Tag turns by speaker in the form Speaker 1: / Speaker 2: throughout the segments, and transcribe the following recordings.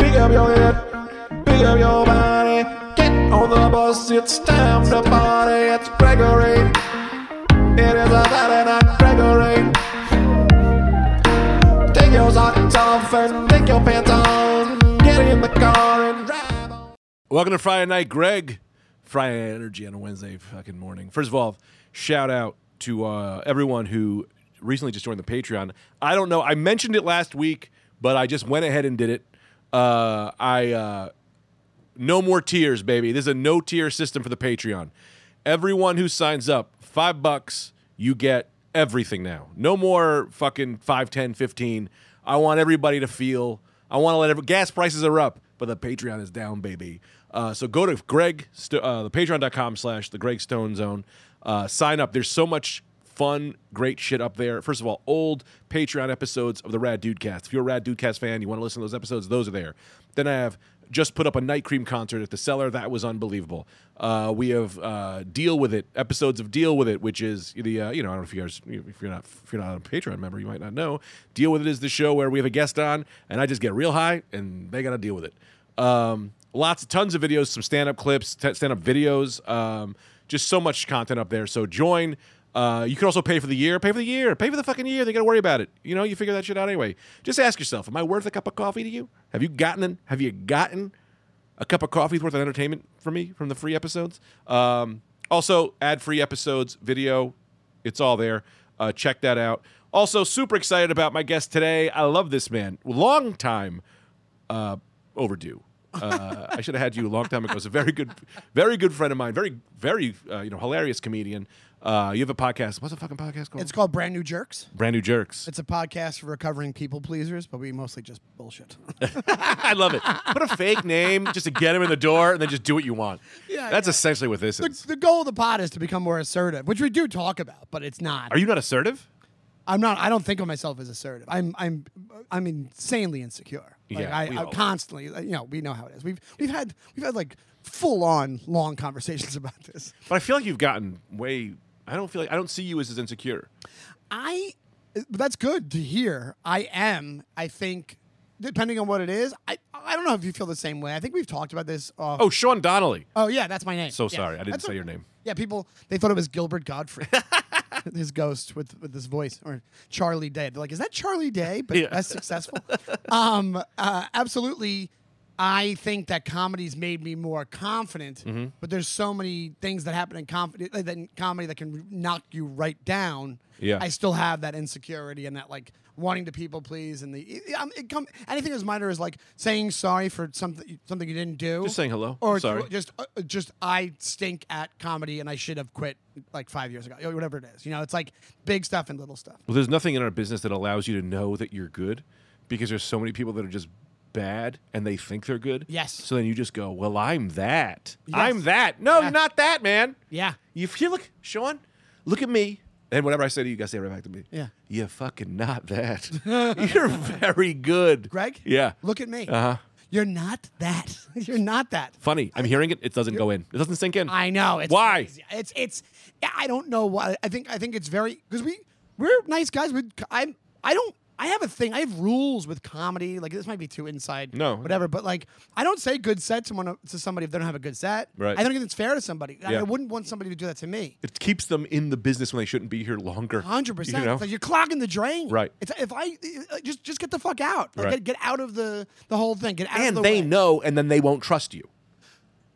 Speaker 1: Pick up your head, pick up your body. Get on the bus, it's time to party. It's Gregory. It is a Saturday night, Gregory. Take your socks off and take your pants on. Get in the car and drive on.
Speaker 2: Welcome to Friday Night Greg. Friday Night Energy on a Wednesday fucking morning. First of all, shout out to uh, everyone who recently just joined the Patreon. I don't know. I mentioned it last week, but I just went ahead and did it. Uh, I uh, no more tiers, baby. This is a no tier system for the Patreon. Everyone who signs up, five bucks, you get everything now. No more fucking five, ten, fifteen. I want everybody to feel. I want to let every gas prices are up, but the Patreon is down, baby. Uh, so go to Greg, Sto- uh, the patreon.com slash the Greg Stone Zone. Uh, sign up. There's so much fun, great shit up there. First of all, old Patreon episodes of the Rad Dudecast. If you're a Rad Dudecast fan, you want to listen to those episodes, those are there. Then I have just put up a Night Cream concert at the Cellar. That was unbelievable. Uh, we have uh, Deal with It episodes of Deal with It, which is the uh, you know I don't know if you guys if you're not if you're not a Patreon member, you might not know. Deal with It is the show where we have a guest on, and I just get real high, and they got to deal with it. Um, lots, tons of videos, some stand up clips, t- stand up videos, um, just so much content up there. So join. Uh, you can also pay for the year. Pay for the year. Pay for the fucking year. They got to worry about it. You know, you figure that shit out anyway. Just ask yourself: Am I worth a cup of coffee to you? Have you gotten? Have you gotten a cup of coffee's worth of entertainment from me from the free episodes? Um, also, ad-free episodes, video, it's all there. Uh, check that out. Also, super excited about my guest today. I love this man. Long time uh, overdue. Uh, I should have had you a long time ago. It's a very good, very good friend of mine. Very, very, uh, you know, hilarious comedian. Uh, you have a podcast. What's the fucking podcast called?
Speaker 3: It's called Brand New Jerks.
Speaker 2: Brand New Jerks.
Speaker 3: It's a podcast for recovering people pleasers, but we mostly just bullshit.
Speaker 2: I love it. Put a fake name just to get him in the door, and then just do what you want.
Speaker 3: Yeah,
Speaker 2: that's
Speaker 3: yeah.
Speaker 2: essentially what this
Speaker 3: the,
Speaker 2: is.
Speaker 3: the goal of the pod is to become more assertive, which we do talk about, but it's not.
Speaker 2: Are you not assertive?
Speaker 3: I'm not. I don't think of myself as assertive. I'm. I'm. I'm insanely insecure.
Speaker 2: Yeah,
Speaker 3: Like,
Speaker 2: we
Speaker 3: I, I
Speaker 2: all are.
Speaker 3: constantly. like, You know, we know how it is. We've we've had we've had like full on long conversations about this.
Speaker 2: But I feel like you've gotten way. I don't feel like I don't see you as as insecure.
Speaker 3: I but that's good to hear. I am. I think depending on what it is, I I don't know if you feel the same way. I think we've talked about this. Off,
Speaker 2: Oh, Sean Donnelly.
Speaker 3: oh yeah, that's my name.
Speaker 2: So
Speaker 3: Yeah.
Speaker 2: sorry, I didn't
Speaker 3: That's
Speaker 2: say
Speaker 3: o-
Speaker 2: your name.
Speaker 3: Yeah, people they thought it was Gilbert Godfrey. his ghost with, with this voice or Charlie Day. They're like, is that Charlie Day? But
Speaker 2: Yeah.
Speaker 3: that's successful. um, uh, absolutely. I think that comedy's made me more confident,
Speaker 2: Mm-hmm.
Speaker 3: but there's so many things that happen in, conf- uh, in comedy that can knock you right down.
Speaker 2: Yeah.
Speaker 3: I still have that insecurity and that like wanting to people please and the um, it come, anything as minor as like saying sorry for something something you didn't do
Speaker 2: Just saying hello.
Speaker 3: or
Speaker 2: Sorry.
Speaker 3: ju- just uh, just I stink at comedy and I should have quit like five years ago, or whatever it is. You know, it's like big stuff and little stuff.
Speaker 2: Well, there's nothing in our business that allows you to know that you're good because there's so many people that are just bad and they think they're good.
Speaker 3: Yes.
Speaker 2: So then you just go, well, I'm that.
Speaker 3: Yes.
Speaker 2: I'm that. No,
Speaker 3: Yeah.
Speaker 2: you're not that, man.
Speaker 3: Yeah.
Speaker 2: You feel look, Sean, look at me. And whatever I say to you, you guys say it right back to me.
Speaker 3: Yeah.
Speaker 2: You're fucking not that. you're very good.
Speaker 3: Greg,
Speaker 2: Yeah.
Speaker 3: look at me.
Speaker 2: Uh-huh.
Speaker 3: You're not that. You're not that.
Speaker 2: Funny. I'm hearing it. It doesn't go in. It doesn't sink in.
Speaker 3: I know. It's
Speaker 2: Why?
Speaker 3: crazy. It's it's. I don't know why. I think I think it's very because we we're nice guys. We I'm I don't. I have a thing. I have rules with comedy. Like this might be too inside.
Speaker 2: No.
Speaker 3: whatever. But like, I don't say good set to one to somebody if they don't have a good set.
Speaker 2: Right.
Speaker 3: I don't think it's fair to somebody. I-
Speaker 2: Yeah.
Speaker 3: I wouldn't want somebody to do that to me.
Speaker 2: It keeps them in the business when they shouldn't be here longer.
Speaker 3: Hundred percent.
Speaker 2: You know?
Speaker 3: It's like you're clogging the drain.
Speaker 2: Right.
Speaker 3: It's, if I uh, just just get the fuck out. Like,
Speaker 2: Right.
Speaker 3: get, get out of the the whole thing. Get out
Speaker 2: and
Speaker 3: of the
Speaker 2: they
Speaker 3: way.
Speaker 2: know, and then they won't trust you.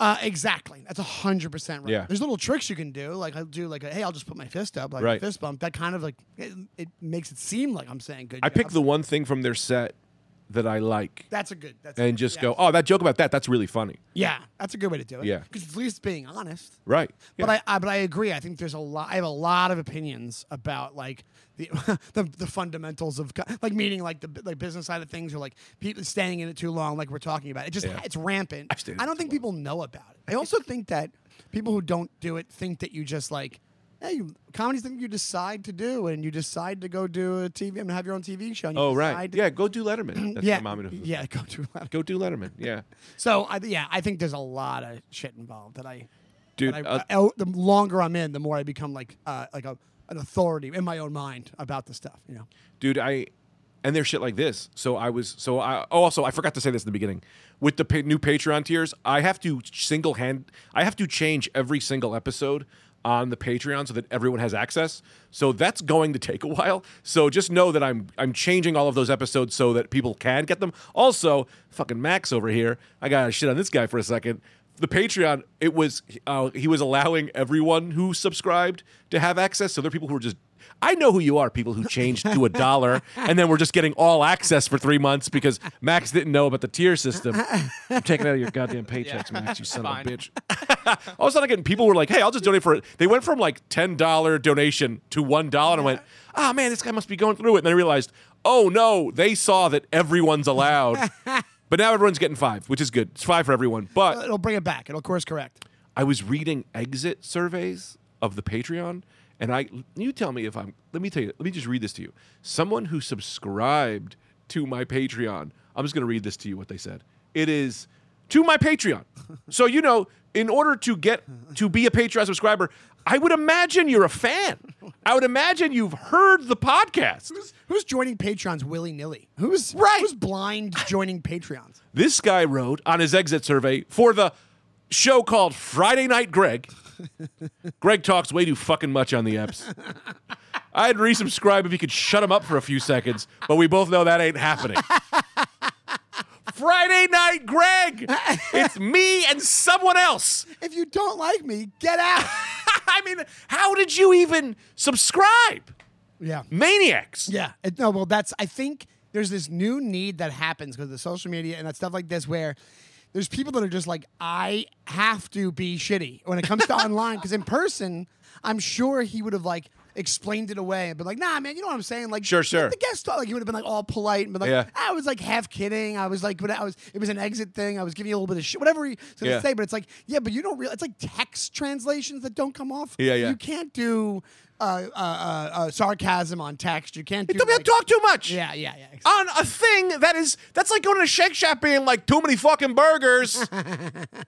Speaker 3: Uh, exactly. That's hundred percent right.
Speaker 2: Yeah.
Speaker 3: There's little tricks you can do. Like I'll do like a, hey, I'll just put my fist up, like
Speaker 2: Right.
Speaker 3: a fist bump. That kind of like it, it makes it seem like I'm saying good.
Speaker 2: I
Speaker 3: job.
Speaker 2: pick the one thing from their set that I like
Speaker 3: That's a good. That's a
Speaker 2: and
Speaker 3: good-
Speaker 2: just
Speaker 3: yeah.
Speaker 2: go, oh, that joke about that, that's really funny.
Speaker 3: Yeah, that's a good way to do it.
Speaker 2: Yeah.
Speaker 3: Because at least being honest.
Speaker 2: Right.
Speaker 3: But I, I but I agree. I think there's a lot. I have a lot of opinions about like the the, the fundamentals of co- like meaning like the like business side of things or like people staying in it too long. Like we're talking about it. Just
Speaker 2: Yeah.
Speaker 3: it's rampant.
Speaker 2: stayed in
Speaker 3: I
Speaker 2: it
Speaker 3: don't
Speaker 2: too
Speaker 3: think
Speaker 2: long.
Speaker 3: people know about it. I also think that people who don't do it think that you just like. Hey, you- comedy's something you decide to do, and you decide to go do a TV and have your own TV show. And you
Speaker 2: oh, right.
Speaker 3: decide-
Speaker 2: Yeah, go do Letterman. That's
Speaker 3: yeah,
Speaker 2: my mom and-
Speaker 3: yeah. Go do that.
Speaker 2: Go do Letterman. Yeah.
Speaker 3: So I, yeah, I think there's a lot of shit involved that I,
Speaker 2: Dude,
Speaker 3: that I,
Speaker 2: uh,
Speaker 3: oh, the longer I'm in, the more I become like uh, like a, an authority in my own mind about the stuff. You know,
Speaker 2: Dude, I and they're shit like this. So I was so I oh, also I forgot to say this in the beginning. With the pa- new Patreon tiers, I have to single hand I have to change every single episode on the Patreon so that everyone has access. So that's going to take a while. So just know that I'm I'm changing all of those episodes so that people can get them. Also, fucking Max over here, I got to shit on this guy for a second the Patreon, it was uh, he was allowing everyone who subscribed to have access. So there are people who are just I know who you are, people who changed to a dollar and then we're just getting all access for three months because Max didn't know about the tier system. I'm taking out of your goddamn paychecks, Max, you son
Speaker 4: Fine.
Speaker 2: of a bitch. all of a sudden again, people were like, Hey, I'll just donate for it. They went from like ten dollar donation to one dollar and I went, Oh man, this guy must be going through it. And then I realized, oh no, they saw that everyone's allowed. But now everyone's getting five, which is good. It's five for everyone. But
Speaker 3: It'll bring it back. It'll course correct.
Speaker 2: I was reading exit surveys of the Patreon, and I you tell me if I'm let me tell you, let me just read this to you. Someone who subscribed to my Patreon, I'm just gonna read this to you what they said. It is to my Patreon. so you know, in order to get to be a Patreon subscriber, I would imagine you're a fan. I would imagine you've heard the podcast.
Speaker 3: Who's joining Patreons willy nilly? Who's
Speaker 2: Right.
Speaker 3: Who's blind joining Patreons?
Speaker 2: This guy wrote on his exit survey for the show called Friday Night Greg. Greg talks way too fucking much on the apps. I'd resubscribe if he could shut him up for a few seconds, but we both know that ain't happening. Friday Night Greg! It's me and someone else.
Speaker 3: If you don't like me, get out.
Speaker 2: I mean, how did you even subscribe?
Speaker 3: yeah.
Speaker 2: Maniacs.
Speaker 3: Yeah. It- no, well, that's, I think there's this new need that happens because of social media and that stuff like this where there's people that are just like, I have to be shitty when it comes to online. Because in person, I'm sure he would have like, Explained it away and been like, nah, man, you know what I'm saying? Like,
Speaker 2: Sure,
Speaker 3: let
Speaker 2: sure.
Speaker 3: The guest thought like he would have been like all polite and been like,
Speaker 2: Yeah.
Speaker 3: I was like half kidding. I was like, but I was, it was an exit thing. I was giving you a little bit of shit, whatever he's gonna
Speaker 2: Yeah.
Speaker 3: say. But it's like, yeah, but you don't real. It's like text translations that don't come off.
Speaker 2: Yeah, yeah.
Speaker 3: You can't do uh, uh, uh, uh, sarcasm on text. You can't do.
Speaker 2: Don't
Speaker 3: like-
Speaker 2: talk Ah. too much.
Speaker 3: yeah, yeah, yeah. ex-
Speaker 2: on a thing that is that's like going to Shake Shack being like too many fucking burgers.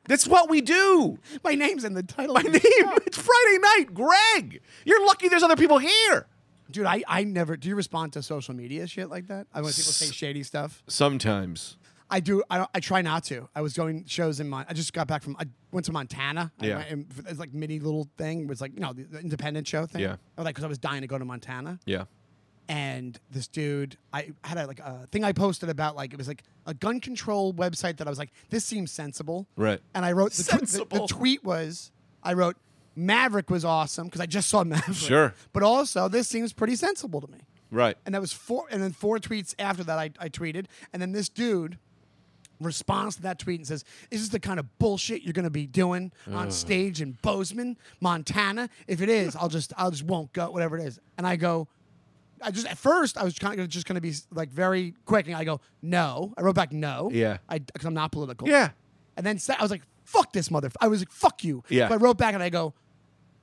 Speaker 2: that's what we do.
Speaker 3: My name's in the title.
Speaker 2: My name it's Friday night, Greg. You're lucky there's other people here.
Speaker 3: dude. I, I never. Do you respond to social media shit like that? I when people say shady stuff.
Speaker 2: Sometimes.
Speaker 3: I do. I, don't- I try not to. I was going shows in my. I just got back from. I went to Montana. I
Speaker 2: Yeah.
Speaker 3: went and f- it's like mini little thing. It was like you know the, the independent show thing.
Speaker 2: Yeah.
Speaker 3: I was like because I was dying to go to Montana.
Speaker 2: Yeah.
Speaker 3: and this dude i had a, like a thing i posted about like it was like a gun control website that i was like this seems sensible
Speaker 2: Right.
Speaker 3: and i wrote the, tw- the- the,
Speaker 2: Sensible.
Speaker 3: tweet was i wrote maverick was awesome because i just saw maverick
Speaker 2: Sure.
Speaker 3: but also this seems pretty sensible to me
Speaker 2: Right.
Speaker 3: and that was four and then four tweets after that i, I tweeted and then this dude responds to that tweet and says is this the kind of bullshit you're going to be doing on stage in bozeman montana if it is i'll just i'll just won't go whatever it is and i go I just at first I was kind of just going to be like very quick, and I go no. I wrote back no.
Speaker 2: Yeah.
Speaker 3: I because I'm not political.
Speaker 2: Yeah.
Speaker 3: And then se- I was like, fuck this motherfucker. I was like, fuck you.
Speaker 2: Yeah.
Speaker 3: So I wrote back and I go,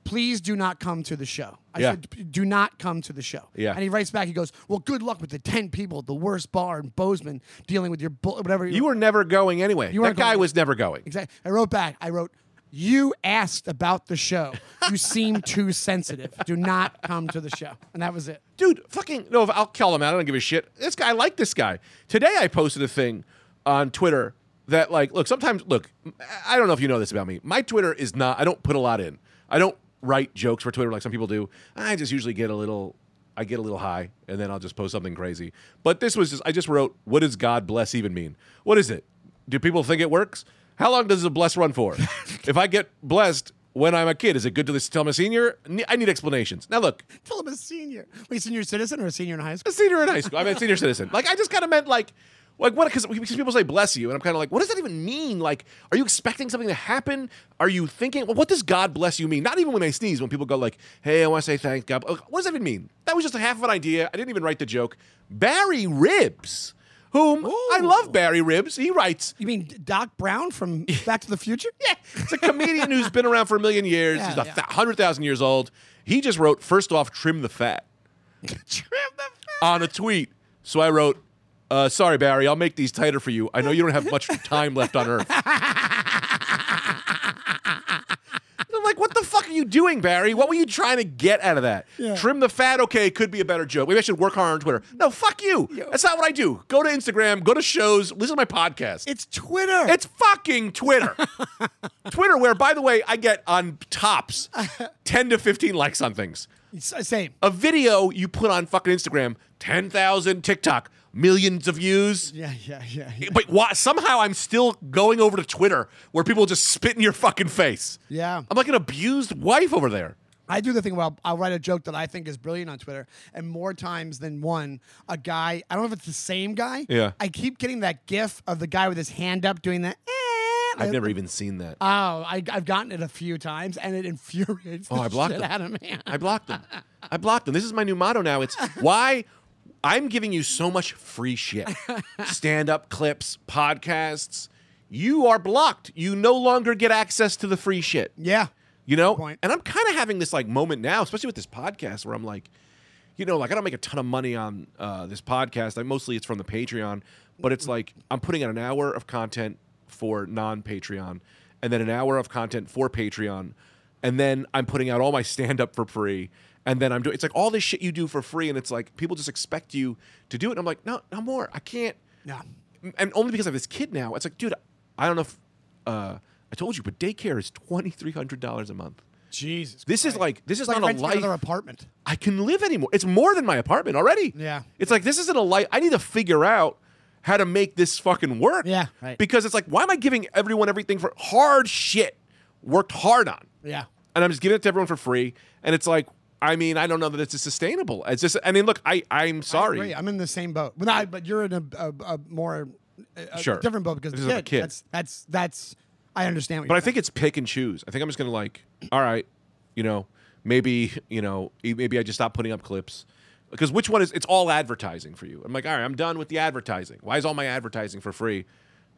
Speaker 3: please do not come to the show. I
Speaker 2: Yeah.
Speaker 3: said, "P- do not come to the show.
Speaker 2: Yeah.
Speaker 3: And he writes back, he goes, well, good luck with the 10 people at the worst bar in Bozeman dealing with your bull, whatever.
Speaker 2: You were never going anyway.
Speaker 3: You
Speaker 2: that
Speaker 3: weren't
Speaker 2: guy
Speaker 3: going.
Speaker 2: was never going.
Speaker 3: Exactly. I wrote back, I wrote, you asked about the show. You seem too sensitive. Do not come to the show. And that was it.
Speaker 2: Dude, fucking no, I'll call him out. I don't give a shit. This guy I like this guy. Today I posted a thing on Twitter that like look, sometimes look, I don't know if you know this about me. My Twitter is not I don't put a lot in. I don't write jokes for Twitter like some people do. I just usually get a little I get a little high and then I'll just post something crazy. But this was just I just wrote, what does God bless even mean? What is it? Do people think it works? How long does a bless run for? if I get blessed when I'm a kid, is it good to tell my senior? I need explanations. Now look,
Speaker 3: Tell him a senior. Wait, senior citizen or a senior in high school?
Speaker 2: a senior in high school. I mean, a senior citizen. Like, I just kind of meant like, like what? Because people say bless you, and I'm kind of like, what does that even mean? Like, are you expecting something to happen? Are you thinking? Well, what does God bless you mean? Not even when I sneeze, when people go like, hey, I want to say thanks, God. Like, What does that even mean? That was just a half of an idea. I didn't even write the joke. Barry Ribs, whom I love. Barry Ribs. He writes.
Speaker 3: You mean Doc Brown from Back to the Future?
Speaker 2: Yeah, it's a comedian who's been around for a million years.
Speaker 3: Yeah,
Speaker 2: He's a
Speaker 3: yeah.
Speaker 2: th- hundred thousand years old. He just wrote, first off, trim the fat.
Speaker 3: Trim the fat.
Speaker 2: on a tweet. So I wrote, uh, "Sorry, Barry, I'll make these tighter for you. I know you don't have much time left on Earth." And I'm like, "What the fuck are you you doing, Barry? What were you trying to get out of that?
Speaker 3: Yeah.
Speaker 2: Trim the fat, okay, could be a better joke. Maybe I should work hard on Twitter. No, fuck you. That's not what I do. Go to Instagram, go to shows, listen to my podcast.
Speaker 3: It's Twitter.
Speaker 2: It's fucking Twitter. Twitter, where, by the way, I get on tops 10 to 15 likes on things.
Speaker 3: It's- same.
Speaker 2: A video you put on fucking Instagram, 10,000 TikTok, millions of views.
Speaker 3: Yeah, yeah, yeah. yeah.
Speaker 2: But why, somehow I'm still going over to Twitter where people just spit in your fucking face.
Speaker 3: Yeah.
Speaker 2: I'm like an abused wife over there.
Speaker 3: I do the thing where I'll, I'll write a joke that I think is brilliant on Twitter, and more times than one, a guy, I don't know if it's the same guy.
Speaker 2: Yeah.
Speaker 3: I keep getting that gif of the guy with his hand up doing that. eh,
Speaker 2: I've
Speaker 3: like-
Speaker 2: never even seen that.
Speaker 3: Oh, I, I've gotten it a few times, and it infuriates
Speaker 2: Oh,
Speaker 3: the
Speaker 2: I blocked
Speaker 3: shit
Speaker 2: them.
Speaker 3: out of me.
Speaker 2: I blocked them. I blocked them. This is my new motto now. It's why I'm giving you so much free shit. Stand up clips, podcasts. You are blocked. You no longer get access to the free shit.
Speaker 3: yeah.
Speaker 2: You know?
Speaker 3: point.
Speaker 2: And I'm kind of having this like moment now, especially with this podcast where I'm like, you know, like I don't make a ton of money on uh, this podcast. I mostly it's from the Patreon, but it's like I'm putting out an hour of content for non-Patreon and then an hour of content for Patreon. And then I'm putting out all my stand up for free. And then I'm doing it's like all this shit you do for free and it's like people just expect you to do it. And I'm like, no, no more. I can't
Speaker 3: No.
Speaker 2: and only because I have this kid now, it's like, dude, I don't know if uh, I told you, but daycare is twenty three hundred dollars a month.
Speaker 3: Jesus.
Speaker 2: This is like this is
Speaker 3: It's like
Speaker 2: not a
Speaker 3: renting
Speaker 2: life
Speaker 3: another apartment.
Speaker 2: I can live anymore. It's more than my apartment already.
Speaker 3: Yeah.
Speaker 2: it's like this isn't a life. I need to figure out how to make this fucking work.
Speaker 3: Yeah, right.
Speaker 2: because it's like, why am I giving everyone everything for hard shit worked hard on?
Speaker 3: Yeah.
Speaker 2: and I'm just giving it to everyone for free. And it's like, I mean, I don't know that it's sustainable. It's just, I mean, look, I I'm sorry.
Speaker 3: Great. I'm in the same boat. But, I, but you're in a, a, a more a, a
Speaker 2: Sure.
Speaker 3: different boat because
Speaker 2: This
Speaker 3: the
Speaker 2: is a kid.
Speaker 3: That's, that's, that's, I understand what
Speaker 2: But
Speaker 3: you're
Speaker 2: I think it's pick and choose. I think I'm just gonna like, all right, you know, maybe you know, e- maybe I just stop putting up clips because which one is? It's all advertising for you. I'm like, all right, I'm done with the advertising. Why is all my advertising for free?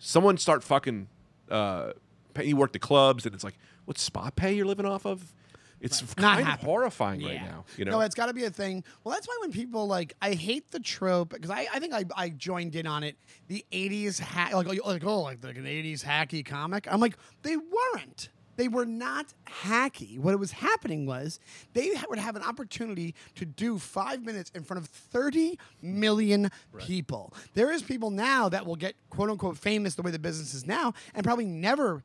Speaker 2: Someone start fucking. Uh, pay, you work the clubs, and it's like, what spot pay you're living off of? It's
Speaker 3: Not
Speaker 2: kind of
Speaker 3: happening.
Speaker 2: horrifying right
Speaker 3: Yeah.
Speaker 2: now. You know,
Speaker 3: No, it's got to be a thing. Well, that's why when people like, I hate the trope because I, I think I, I joined in on it. The '80s hack, like, like, like oh, like, like an '80s hacky comic. I'm like, they weren't. They were not hacky. What was happening was they ha- would have an opportunity to do five minutes in front of 30 million people. There is people now that will get quote unquote famous the way the business is now and probably never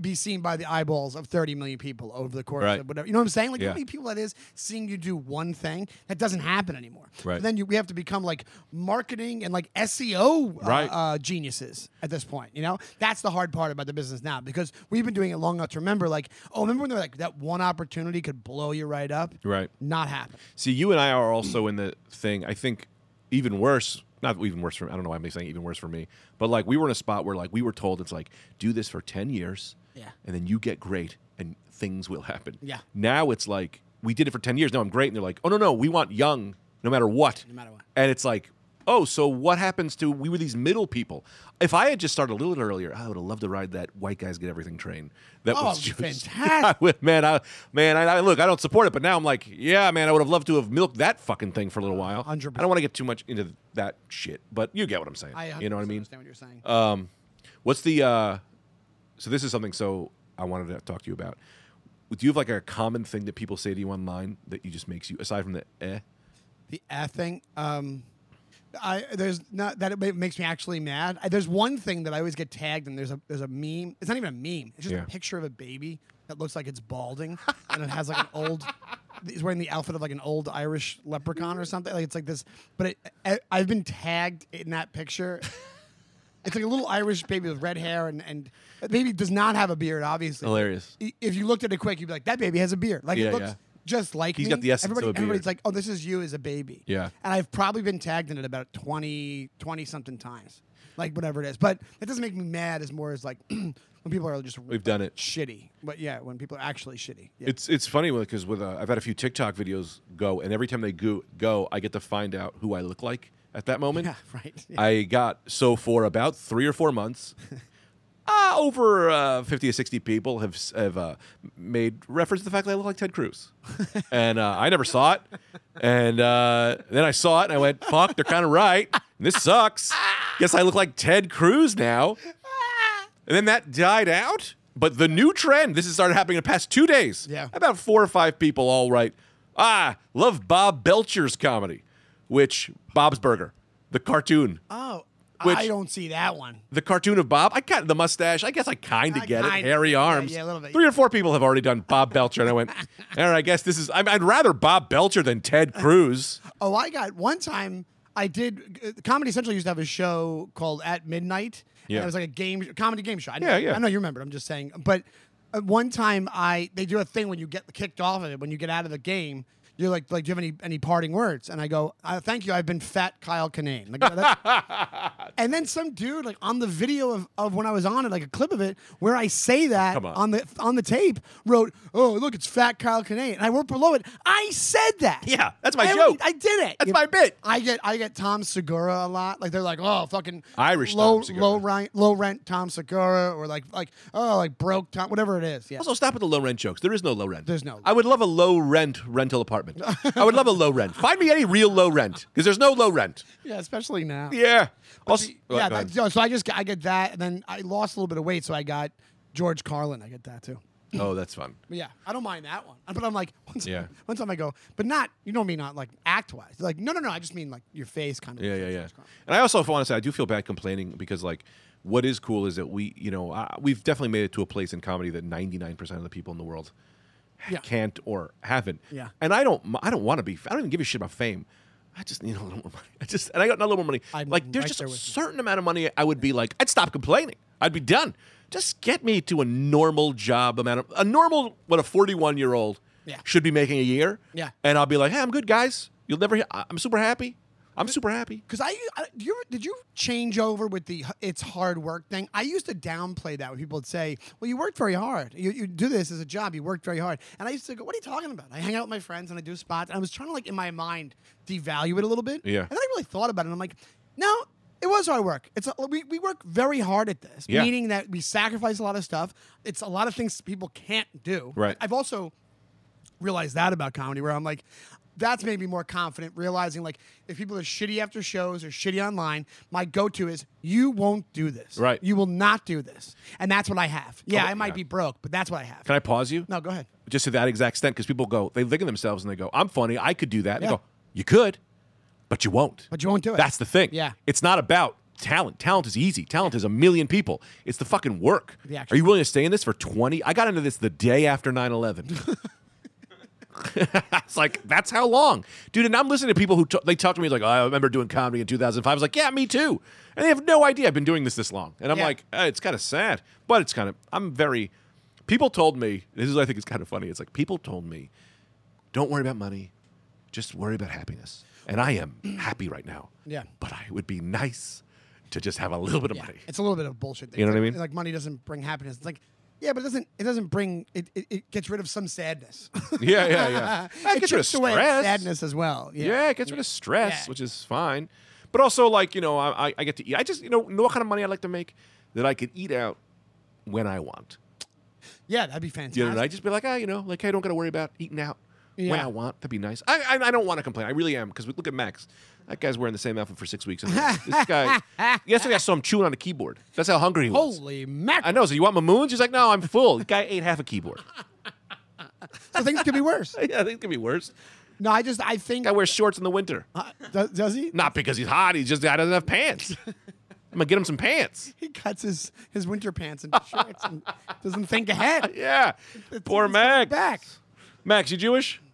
Speaker 3: be seen by the eyeballs of 30 million people over the course
Speaker 2: Right.
Speaker 3: of whatever. You know what I'm saying? Like
Speaker 2: Yeah.
Speaker 3: how many people that is seeing you do one thing that doesn't happen anymore.
Speaker 2: Right.
Speaker 3: But then you, we have to become like marketing and like SEO uh,
Speaker 2: Right.
Speaker 3: uh, geniuses at this point. You know, that's the hard part about the business now because we've been doing it long enough to remember. Like, oh, remember when they were like that one opportunity could blow you right up?
Speaker 2: Right.
Speaker 3: Not happen.
Speaker 2: See, you and I are also in the thing. I think even worse. Not even worse for I don't know why I'm saying even worse for me, but like we were in a spot where like we were told it's like do this for ten years,
Speaker 3: Yeah.
Speaker 2: and then you get great and things will happen.
Speaker 3: Yeah.
Speaker 2: Now it's like we did it for ten years. Now I'm great, and they're like, oh no no, we want young no matter what. No
Speaker 3: matter what.
Speaker 2: And it's like, oh, so what happens to we were these middle people? If I had just started a little bit earlier, I would have loved to ride that white guys get everything train. That
Speaker 3: Oh,
Speaker 2: was just
Speaker 3: fantastic.
Speaker 2: I would- man, I man, I, I look, I don't support it, but now I'm like, yeah, man, I would have loved to have milked that fucking thing for a little while.
Speaker 3: 100%.
Speaker 2: I don't want to get too much into that shit, but you get what I'm saying.
Speaker 3: I
Speaker 2: you know what I
Speaker 3: 100%
Speaker 2: mean?
Speaker 3: Understand what you're saying?
Speaker 2: Um, what's the? Uh, so this is something. So I wanted to talk to you about. Do you have like a common thing that people say to you online that you just makes you aside from the eh?
Speaker 3: The F thing. Um, I there's not that it ma- makes me actually mad. I, there's one thing that I always get tagged and there's a there's a meme. It's not even a meme. It's just
Speaker 2: Yeah.
Speaker 3: a picture of a baby that looks like it's balding and it has like an old. He's wearing the outfit of like an old Irish leprechaun or something. Like it's like this, but it, I, I've been tagged in that picture. It's like a little Irish baby with red hair and and the baby does not have a beard. Obviously,
Speaker 2: Hilarious.
Speaker 3: I- If you looked at it quick, you'd be like, that baby has a beard. Like
Speaker 2: Yeah,
Speaker 3: it looks
Speaker 2: yeah.
Speaker 3: just like
Speaker 2: He's
Speaker 3: me.
Speaker 2: got the essence of
Speaker 3: Everybody,
Speaker 2: a beard.
Speaker 3: Everybody's like, oh, this is you as a baby.
Speaker 2: Yeah.
Speaker 3: And I've probably been tagged in it about 20, 20 something times, like whatever it is. But that doesn't make me mad as more as like when people are just
Speaker 2: We've done it.
Speaker 3: shitty. But yeah, when people are actually shitty. Yeah.
Speaker 2: It's it's funny because with uh, I've had a few TikTok videos go, and every time they go go, I get to find out who I look like at that moment.
Speaker 3: Yeah, right. Yeah.
Speaker 2: I got so for about three or four months. Uh, over uh, 50 to 60 people have s- have uh, made reference to the fact that I look like Ted Cruz. and uh, I never saw it. And uh, then I saw it and I went, fuck, they're kind of right. This sucks. Guess I look like Ted Cruz now. And then that died out. But the new trend, this has started happening in the past two days.
Speaker 3: Yeah.
Speaker 2: About four or five people all write, ah, love Bob Belcher's comedy, which Bob's Burger, the cartoon.
Speaker 3: Oh,
Speaker 2: Which-
Speaker 3: I don't see that one.
Speaker 2: The cartoon of Bob, I got the mustache. I guess I kind
Speaker 3: I
Speaker 2: of get it.
Speaker 3: kinda-
Speaker 2: Hairy
Speaker 3: yeah,
Speaker 2: arms.
Speaker 3: yeah, a little bit.
Speaker 2: Three or four people have already done Bob Belcher, and I went, all right, I guess this is. I- I'd rather Bob Belcher than Ted Cruz.
Speaker 3: Oh, I got one time. I did. uh, Comedy Central used to have a show called At Midnight. and
Speaker 2: Yeah.
Speaker 3: it was like a game, comedy game show. I know,
Speaker 2: Yeah, yeah.
Speaker 3: I know you remember. it, I'm just saying. But at one time, I they do a thing when you get kicked off of it, when you get out of the game. You're like, like, do you have any any parting words? And I go, uh, thank you. I've been fat Kyle Kinane. Like, uh, that- and then some dude, like on the video of, of when I was on it, like a clip of it, where I say that
Speaker 2: Come on.
Speaker 3: the on the tape, wrote, oh look, it's fat Kyle Kinane, and I wrote below it, I said that.
Speaker 2: Yeah, that's my
Speaker 3: I
Speaker 2: joke.
Speaker 3: already- I did it.
Speaker 2: That's
Speaker 3: You-
Speaker 2: my bit.
Speaker 3: I get I get Tom Segura a lot. Like they're like, oh, fucking
Speaker 2: Irish
Speaker 3: low
Speaker 2: Tom Segura.
Speaker 3: low rent low rent Tom Segura, or like like oh like broke Tom, whatever it is. Yeah.
Speaker 2: Also, stop with the low rent jokes. There is no low rent.
Speaker 3: There's no-
Speaker 2: I would love a low rent rental apartment. I would love a low rent. Find me any real low rent because there's no low rent.
Speaker 3: yeah, especially now.
Speaker 2: Yeah. Also, oh,
Speaker 3: yeah.
Speaker 2: go ahead.
Speaker 3: that- so I just got- I get that, and then I lost a little bit of weight, so I got George Carlin. I get that too.
Speaker 2: oh, that's fun.
Speaker 3: But yeah, I don't mind that one. But I'm like, one time,
Speaker 2: Yeah.
Speaker 3: one time I go, but not you know me not like act wise. Like no no no, I just mean like your face kind of.
Speaker 2: Yeah, yeah, yeah. And I also want to say I do feel bad complaining because like what is cool is that we, you know, uh, we've definitely made it to a place in comedy that 99% of the people in the world
Speaker 3: Yeah.
Speaker 2: can't or haven't.
Speaker 3: Yeah.
Speaker 2: And I don't I don't want to be I don't even give a shit about fame. I just need a little more money. I just and I got a little more money.
Speaker 3: I'm
Speaker 2: like there's
Speaker 3: right
Speaker 2: just
Speaker 3: there
Speaker 2: a
Speaker 3: with you.
Speaker 2: certain amount of money I would be like I'd stop complaining. I'd be done. Just get me to a normal job amount of a normal what a 41 year old
Speaker 3: Yeah.
Speaker 2: should be making a year.
Speaker 3: Yeah.
Speaker 2: And I'll be like, hey, I'm good, guys. You'll never. he- I- I'm super happy. I'm super happy.
Speaker 3: Because I, I do you, did you change over with the h- it's hard work thing? I used to downplay that when people would say, "Well, you worked very hard. You, you do this as a job. You worked very hard." And I used to go, "What are you talking about? I hang out with my friends and I do spots." And I was trying to like in my mind devalue it a little bit.
Speaker 2: Yeah.
Speaker 3: And then I really thought about it. and I'm like, no. It was hard work. It's a, we, we work very hard at this,
Speaker 2: Yeah.
Speaker 3: meaning that we sacrifice a lot of stuff. It's a lot of things people can't do.
Speaker 2: Right.
Speaker 3: I've also realized that about comedy where I'm like, that's made me more confident realizing like if people are shitty after shows or shitty online, my go-to is you won't do this.
Speaker 2: Right.
Speaker 3: You will not do this. And that's what I have. Yeah,
Speaker 2: Oh,
Speaker 3: I might
Speaker 2: yeah.
Speaker 3: be broke, but that's what I have.
Speaker 2: Can I pause you?
Speaker 3: no, go ahead.
Speaker 2: Just to that exact extent, because people go, they look at themselves and they go, "I'm funny. I could do that." And
Speaker 3: Yeah.
Speaker 2: They go, "You could, but you won't."
Speaker 3: But you won't do it.
Speaker 2: That's the thing.
Speaker 3: Yeah.
Speaker 2: It's not about talent. Talent is easy. Talent is a million people. It's the fucking work.
Speaker 3: The action.
Speaker 2: Are you willing to stay in this for 20? I got into this the day after 9 11. it's like, that's how long. Dude, and I'm listening to people who, t- they talk to me like, "Oh, I remember doing comedy in 2005. I was like, yeah, me too. And they have no idea I've been doing this this long. And I'm
Speaker 3: Yeah.
Speaker 2: like, "Eh, it's kind of sad, but it's kind of, I'm very, people told me, this is, what I think it's kind of funny. It's like, people told me, don't worry about money. Just worry about happiness. And I am happy right now.
Speaker 3: Yeah.
Speaker 2: But I it would be nice to just have a little bit of money.
Speaker 3: It's a little bit of bullshit. Thing.
Speaker 2: You know
Speaker 3: It's
Speaker 2: what I
Speaker 3: like-
Speaker 2: mean?
Speaker 3: Like money doesn't bring happiness. It's like, yeah, but it doesn't. It doesn't bring. It, it, it gets rid of some sadness.
Speaker 2: Yeah, yeah, yeah. It gets rid of
Speaker 3: chips away at
Speaker 2: stress.
Speaker 3: sadness as well. Yeah.
Speaker 2: Yeah, it gets rid of stress,
Speaker 3: Yeah.
Speaker 2: which is fine. But also, like you know, I, I- I get to eat. I just you know know what kind of money I like to make that I could eat out when I want.
Speaker 3: Yeah, that'd be fantastic.
Speaker 2: The other night, just be like, ah, you know, like hey, don't got to worry about eating out when
Speaker 3: Yeah.
Speaker 2: I want. That'd be nice. I I, I don't want to complain. I really am because look at Max. That guy's wearing the same outfit for six weeks. in a row. this guy. Yesterday, I saw him chewing on a keyboard. That's how hungry he was.
Speaker 3: Holy mackerel!
Speaker 2: I know. So you want mamoons? He's like, no, I'm full. The guy ate half a keyboard.
Speaker 3: So things could be worse.
Speaker 2: yeah, I think it could be worse.
Speaker 3: No, I just I think.
Speaker 2: Guy wears shorts in the winter.
Speaker 3: Uh, does, does he?
Speaker 2: Not because he's hot. He's just the guy doesn't have pants. I'm gonna get him some pants.
Speaker 3: He cuts his, his winter pants into shorts and doesn't think ahead.
Speaker 2: Yeah. Poor
Speaker 3: it's coming
Speaker 2: Max.
Speaker 3: back.
Speaker 2: Max, you Jewish?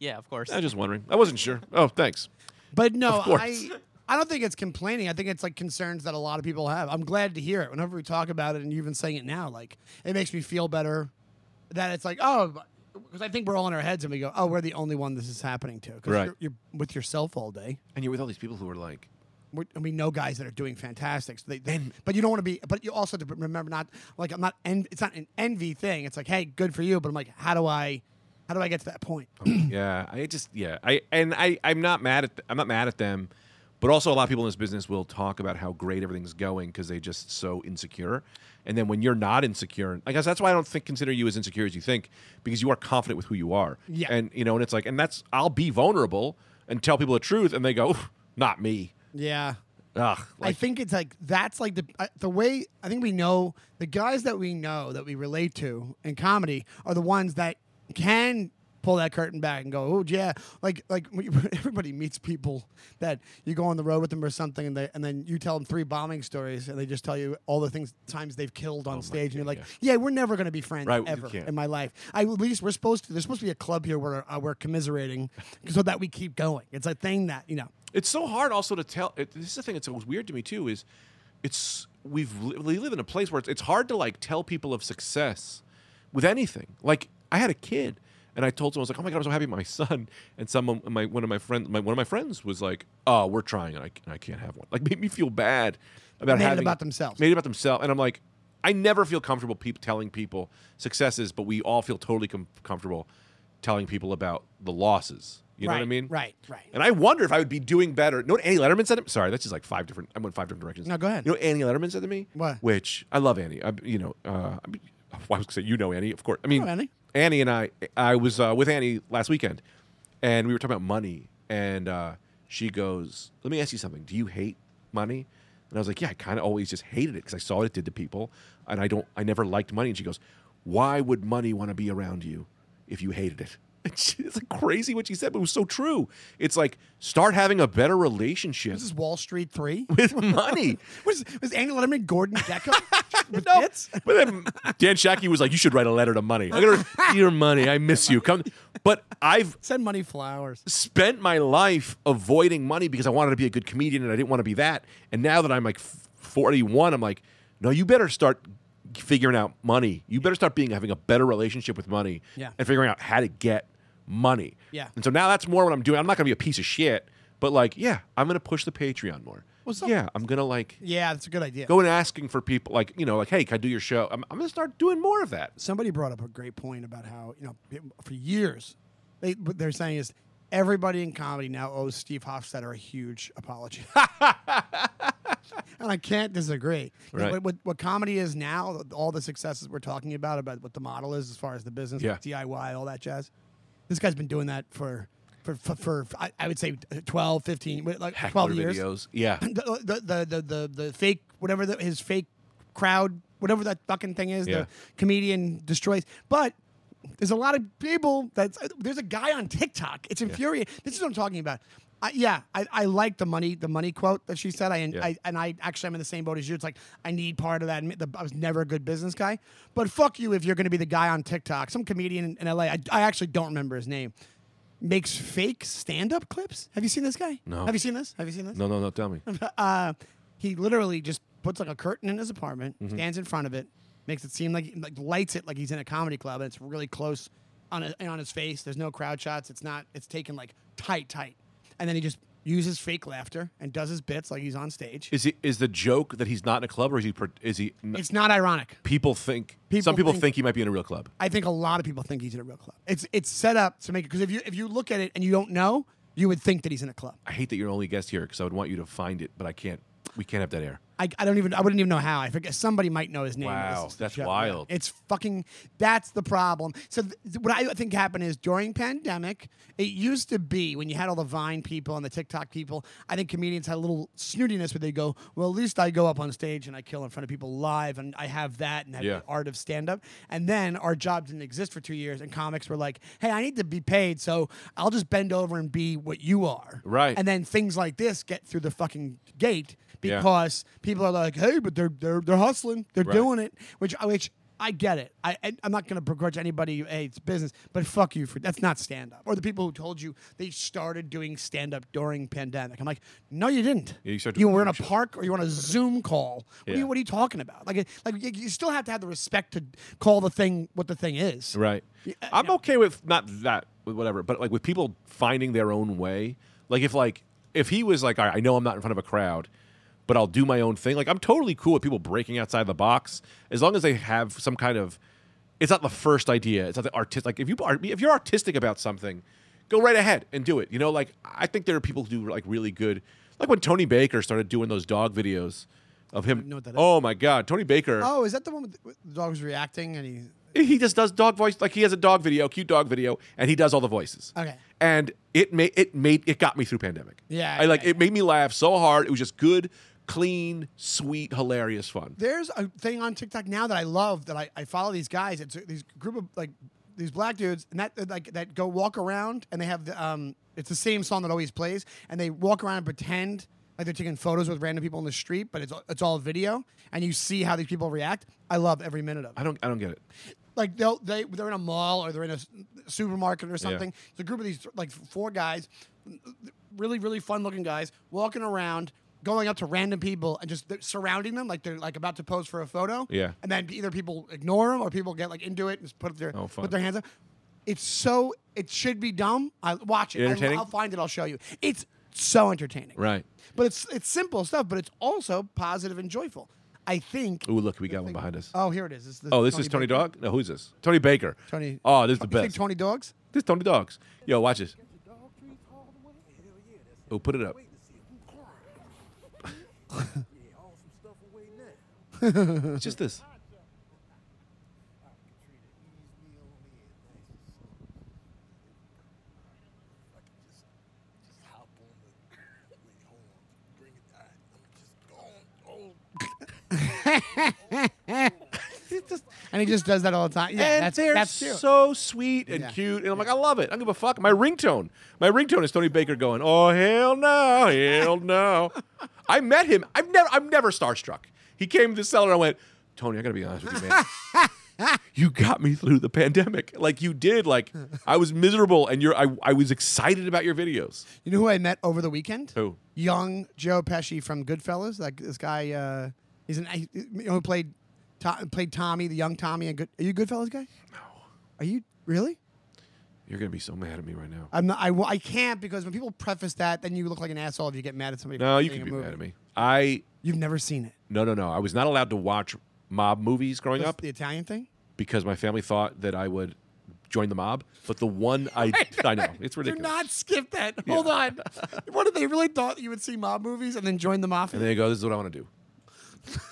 Speaker 4: yeah, of course.
Speaker 2: I was just wondering. I wasn't sure. Oh, thanks.
Speaker 3: But no,
Speaker 2: course.
Speaker 3: I I don't think it's complaining. I think it's like concerns that a lot of people have. I'm glad to hear it. Whenever we talk about it, and you've been saying it now, like it makes me feel better that it's like oh, because I think we're all in our heads and we go oh we're the only one this is happening to because
Speaker 2: Right.
Speaker 3: you're, you're with yourself all day.
Speaker 2: And you're with all these people who are like,
Speaker 3: we and we know guys that are doing fantastic. So they, they- but you don't want to be. But you also have to remember not like I'm not. En- it's not an envy thing. It's like, hey, good for you. But I'm like, how do I, how do I get to that point?
Speaker 2: oh, yeah, I just yeah. I and I I'm not mad at th- I'm not mad at them, but also a lot of people in this business will talk about how great everything's going because they just so insecure. And then when you're not insecure, I guess that's why I don't think consider you as insecure as you think because you are confident with who you are.
Speaker 3: Yeah.
Speaker 2: And you know, and it's like, and that's I'll be vulnerable and tell people the truth, and they go, "Oof, not me.
Speaker 3: yeah.
Speaker 2: Ugh,
Speaker 3: I
Speaker 2: like,
Speaker 3: think it's like that's like the I the way I think we know the guys that we know that we relate to in comedy are the ones that can pull that curtain back and go, oh yeah, like like when you- everybody meets people that you go on the road with them or something, and they and then you tell them three bombing stories, and they just tell you all the things times they've killed
Speaker 2: Oh
Speaker 3: on stage, and you're like, yeah. we're never gonna be friends
Speaker 2: Right, we
Speaker 3: ever
Speaker 2: can't.
Speaker 3: in my life. I at least we're supposed to. There's supposed to be a club here where uh, we're commiserating, so that we keep going. It's a thing that you know.
Speaker 2: it's so hard also to tell. It, this is the thing that's always weird to me too. Is it's we've li- we live in a place where it's, it's hard to like tell people of success with anything. Like I had a kid, and I told someone I was like, "Oh my god, I'm so happy about my son." And someone, my one of my friends, my one of my friends was like, "Oh, we're trying, and I, and I can't have one." Like made me feel bad about
Speaker 3: Made it
Speaker 2: having
Speaker 3: about themselves.
Speaker 2: Made it about themselves, and I'm like, I never feel comfortable peop telling people successes, but we all feel totally com- comfortable telling people about the losses. You know what I
Speaker 3: Right,
Speaker 2: mean?
Speaker 3: right, right.
Speaker 2: And I wonder if I would be doing better. You know what Annie Letterman said? To me? Sorry, that's just like five different. I went five different directions.
Speaker 3: No, go ahead.
Speaker 2: You know what Annie Letterman said to me?
Speaker 3: What?
Speaker 2: Which I love Annie. I, you know, uh, I, mean, well, I was gonna say you know Annie, of course. I mean,
Speaker 3: know Annie.
Speaker 2: Annie and I. I was uh, with Annie last weekend, and we were talking about money. And uh, she goes, "Let me ask you something. Do you hate money?" And I was like, "Yeah, I kind of always just hated it because I saw what it did to people, and I don't. I never liked money." And she goes, "Why would money want to be around you if you hated it?" It's like crazy what she said, but it was so true. It's like start having a better relationship
Speaker 3: This is Wall Street three.
Speaker 2: with money.
Speaker 3: Was was Andy Letterman Gordon Gecko? with
Speaker 2: No.
Speaker 3: bits?
Speaker 2: But then Dan Shackey was like, "You should write a letter to money. I'm gonna dear money, I miss you. Come." But I've
Speaker 3: Send money flowers.
Speaker 2: spent my life avoiding money because I wanted to be a good comedian and I didn't want to be that. And now that I'm like f- 41, I'm like, no, you better start figuring out money. You better start being having a better relationship with money
Speaker 3: Yeah.
Speaker 2: and figuring out how to get money.
Speaker 3: Yeah.
Speaker 2: And so now that's more what I'm doing. I'm not going to be a piece of shit, but like, yeah, I'm going to push the Patreon more.
Speaker 3: Well, some-
Speaker 2: yeah, I'm going to like
Speaker 3: Yeah, that's a good idea.
Speaker 2: go and asking for people like, you know, like, hey, can I do your show? I'm, I'm going to start doing more of that.
Speaker 3: Somebody brought up a great point about how you know it- for years they what they're saying is everybody in comedy now owes Steve Hofstadter a huge apology, and I can't disagree. You know,
Speaker 2: Right.
Speaker 3: what, what, what comedy is now, all the successes we're talking about about what the model is as far as the business,
Speaker 2: Yeah.
Speaker 3: DIY, all that jazz. This guy's been doing that for. For, for, for I, I would say 12, 15, like 12
Speaker 2: Heckler
Speaker 3: years.
Speaker 2: videos. Yeah.
Speaker 3: the the the the, the, the fake whatever the, his fake crowd whatever that fucking thing is
Speaker 2: Yeah.
Speaker 3: the comedian destroys but there's a lot of people that's there's a guy on TikTok it's infuriating this is what I'm talking about I, yeah I, I like the money the money quote that she said I, and
Speaker 2: Yeah.
Speaker 3: I and I actually I'm in the same boat as you it's like I need part of that admit that I was never a good business guy but fuck you if you're going to be the guy on TikTok some comedian in, in LA I, I actually don't remember his name makes fake stand up clips have you seen this guy
Speaker 2: No.
Speaker 3: have you seen this have you seen this
Speaker 2: No, no, no, tell me.
Speaker 3: uh, he literally just puts like a curtain in his apartment, stands in front of it, makes it seem like like lights it like he's in a comedy club, and it's really close on a, and on his face. There's no crowd shots. It's not. It's taken like tight, tight, and then he just uses fake laughter and does his bits like he's on stage.
Speaker 2: Is it is the joke that he's not in a club, or is he? pro- Is he? n-
Speaker 3: It's not ironic.
Speaker 2: people think
Speaker 3: People
Speaker 2: some people
Speaker 3: think-
Speaker 2: think, he might be in a real club.
Speaker 3: I think a lot of people think he's in a real club. It's it's set up to make it because if you if you look at it and you don't know, you would think that he's in a club.
Speaker 2: I hate that you're only a guest here because I would want you to find it, but I can't. We can't have that air.
Speaker 3: I, I don't even I wouldn't even know how. I forget somebody might know his name.
Speaker 2: Wow,
Speaker 3: This is the
Speaker 2: that's
Speaker 3: show.
Speaker 2: wild.
Speaker 3: It's fucking that's the problem. So th- what I think happened is during pandemic, it used to be when you had all the Vine people and the TikTok people, I think comedians had a little snootiness where they go, "Well, at least I go up on stage and I kill in front of people live and I have that and have
Speaker 2: Yeah.
Speaker 3: the art of stand up." And then our job didn't exist for 2 years and comics were like, "Hey, I need to be paid, so I'll just bend over and be what you are."
Speaker 2: Right.
Speaker 3: And then things like this get through the fucking gate
Speaker 2: Yeah.
Speaker 3: because us, people are like, "Hey, but they're they're they're hustling, they're
Speaker 2: Right.
Speaker 3: doing it," which which I get it. I and I'm not gonna begrudge anybody. Hey, it's business, but fuck you for that's not stand up. Or the people who told you they started doing stand up during pandemic. I'm like, no, you didn't.
Speaker 2: Yeah, you started
Speaker 3: were in a
Speaker 2: doing
Speaker 3: park or you were on a Zoom call. What, are
Speaker 2: Yeah.
Speaker 3: you, what are you talking about? Like like you- you still have to have the respect to call the thing what the thing is.
Speaker 2: Right. I'm okay with not that with whatever, but like with people finding their own way. Like if like if he was like, all right, I know I'm not in front of a crowd, but I'll do my own thing. Like I'm totally cool with people breaking outside the box as long as they have some kind of. It's not the first idea. It's not the artist. Like if you are if you're artistic about something, go right ahead and do it. You know, like I think there are people who do like really good. Like when Tony Baker started doing those dog videos of him.
Speaker 3: know what that is.
Speaker 2: Oh my God, Tony Baker.
Speaker 3: Oh, is that the one with the, with the dog was reacting and he
Speaker 2: He just does dog voice. Like he has a dog video, cute dog video, and he does all the voices.
Speaker 3: Okay.
Speaker 2: And it made it made it got me through pandemic.
Speaker 3: Yeah,
Speaker 2: I like
Speaker 3: yeah,
Speaker 2: it made me laugh so hard. It was just good, clean, sweet, hilarious fun.
Speaker 3: There's a thing on TikTok now that I love that I, I follow these guys. It's these group of like these black dudes and that that, like that go walk around and they have the um it's the same song that always plays and they walk around and pretend like they're taking photos with random people on the street, but it's it's all video and you see how these people react. I love every minute of it
Speaker 2: I don't I don't get it.
Speaker 3: like they'll they they're in a mall or they're in a s- supermarket or something. It's a group of these like four guys, really really fun looking guys walking around. Going up to random people and just th- surrounding them, like they're like about to pose for a photo.
Speaker 2: Yeah.
Speaker 3: and then either people ignore them or people get like into it and just put their
Speaker 2: Oh, fun.
Speaker 3: put their hands up. It's so it should be dumb. I watch it. I-
Speaker 2: Entertaining?
Speaker 3: I'll find it. I'll show you. It's so entertaining.
Speaker 2: Right.
Speaker 3: But it's it's simple stuff, but it's also positive and joyful. I think.
Speaker 2: Ooh, look, we got one behind us.
Speaker 3: Oh, here it is. This,
Speaker 2: Oh, this is Tony
Speaker 3: Baker.
Speaker 2: Dog? No, who's this? Tony Baker.
Speaker 3: Tony.
Speaker 2: Oh, this is the
Speaker 3: You think
Speaker 2: best.
Speaker 3: Tony Dogs?
Speaker 2: This is Tony Dogs. Yo, watch this. Oh, put it up. It's just this.
Speaker 3: And he just does that all the time. Yeah,
Speaker 2: and
Speaker 3: that's
Speaker 2: they're
Speaker 3: that's cute.
Speaker 2: so sweet and
Speaker 3: Yeah.
Speaker 2: cute. And I'm like, I love it. I don't give a fuck. My ringtone. My ringtone is Tony Baker going, Oh hell no, hell no. I met him. I've never I'm never starstruck. He came to the cellar and I went, Tony, I gotta be honest with you, man. you got me through the pandemic. Like you did. Like I was miserable and you're I, I was excited about your videos.
Speaker 3: you know who I met over the weekend?
Speaker 2: Who?
Speaker 3: Young Joe Pesci from Goodfellas. Like this guy, uh, he's an he, you know, who played to, played Tommy, the young Tommy. And good, are you a Goodfellas guy? No. Are you really?
Speaker 2: You're gonna be so mad at me right now.
Speaker 3: I'm not. I, w- I can't because when people preface that, then you look like an asshole if you get mad at somebody.
Speaker 2: No,
Speaker 3: for
Speaker 2: you
Speaker 3: seeing
Speaker 2: can
Speaker 3: a
Speaker 2: be
Speaker 3: movie.
Speaker 2: mad at me. I
Speaker 3: You've never seen it.
Speaker 2: no no no. I was not allowed to watch mob movies growing
Speaker 3: It's
Speaker 2: up.
Speaker 3: The Italian thing.
Speaker 2: because my family thought that I would join the mob. But the one I I know it's
Speaker 3: Do
Speaker 2: ridiculous.
Speaker 3: not skip that. Hold on. what if they really thought you would see mob movies and then join the mafia?
Speaker 2: And they go, "This is what I want to do."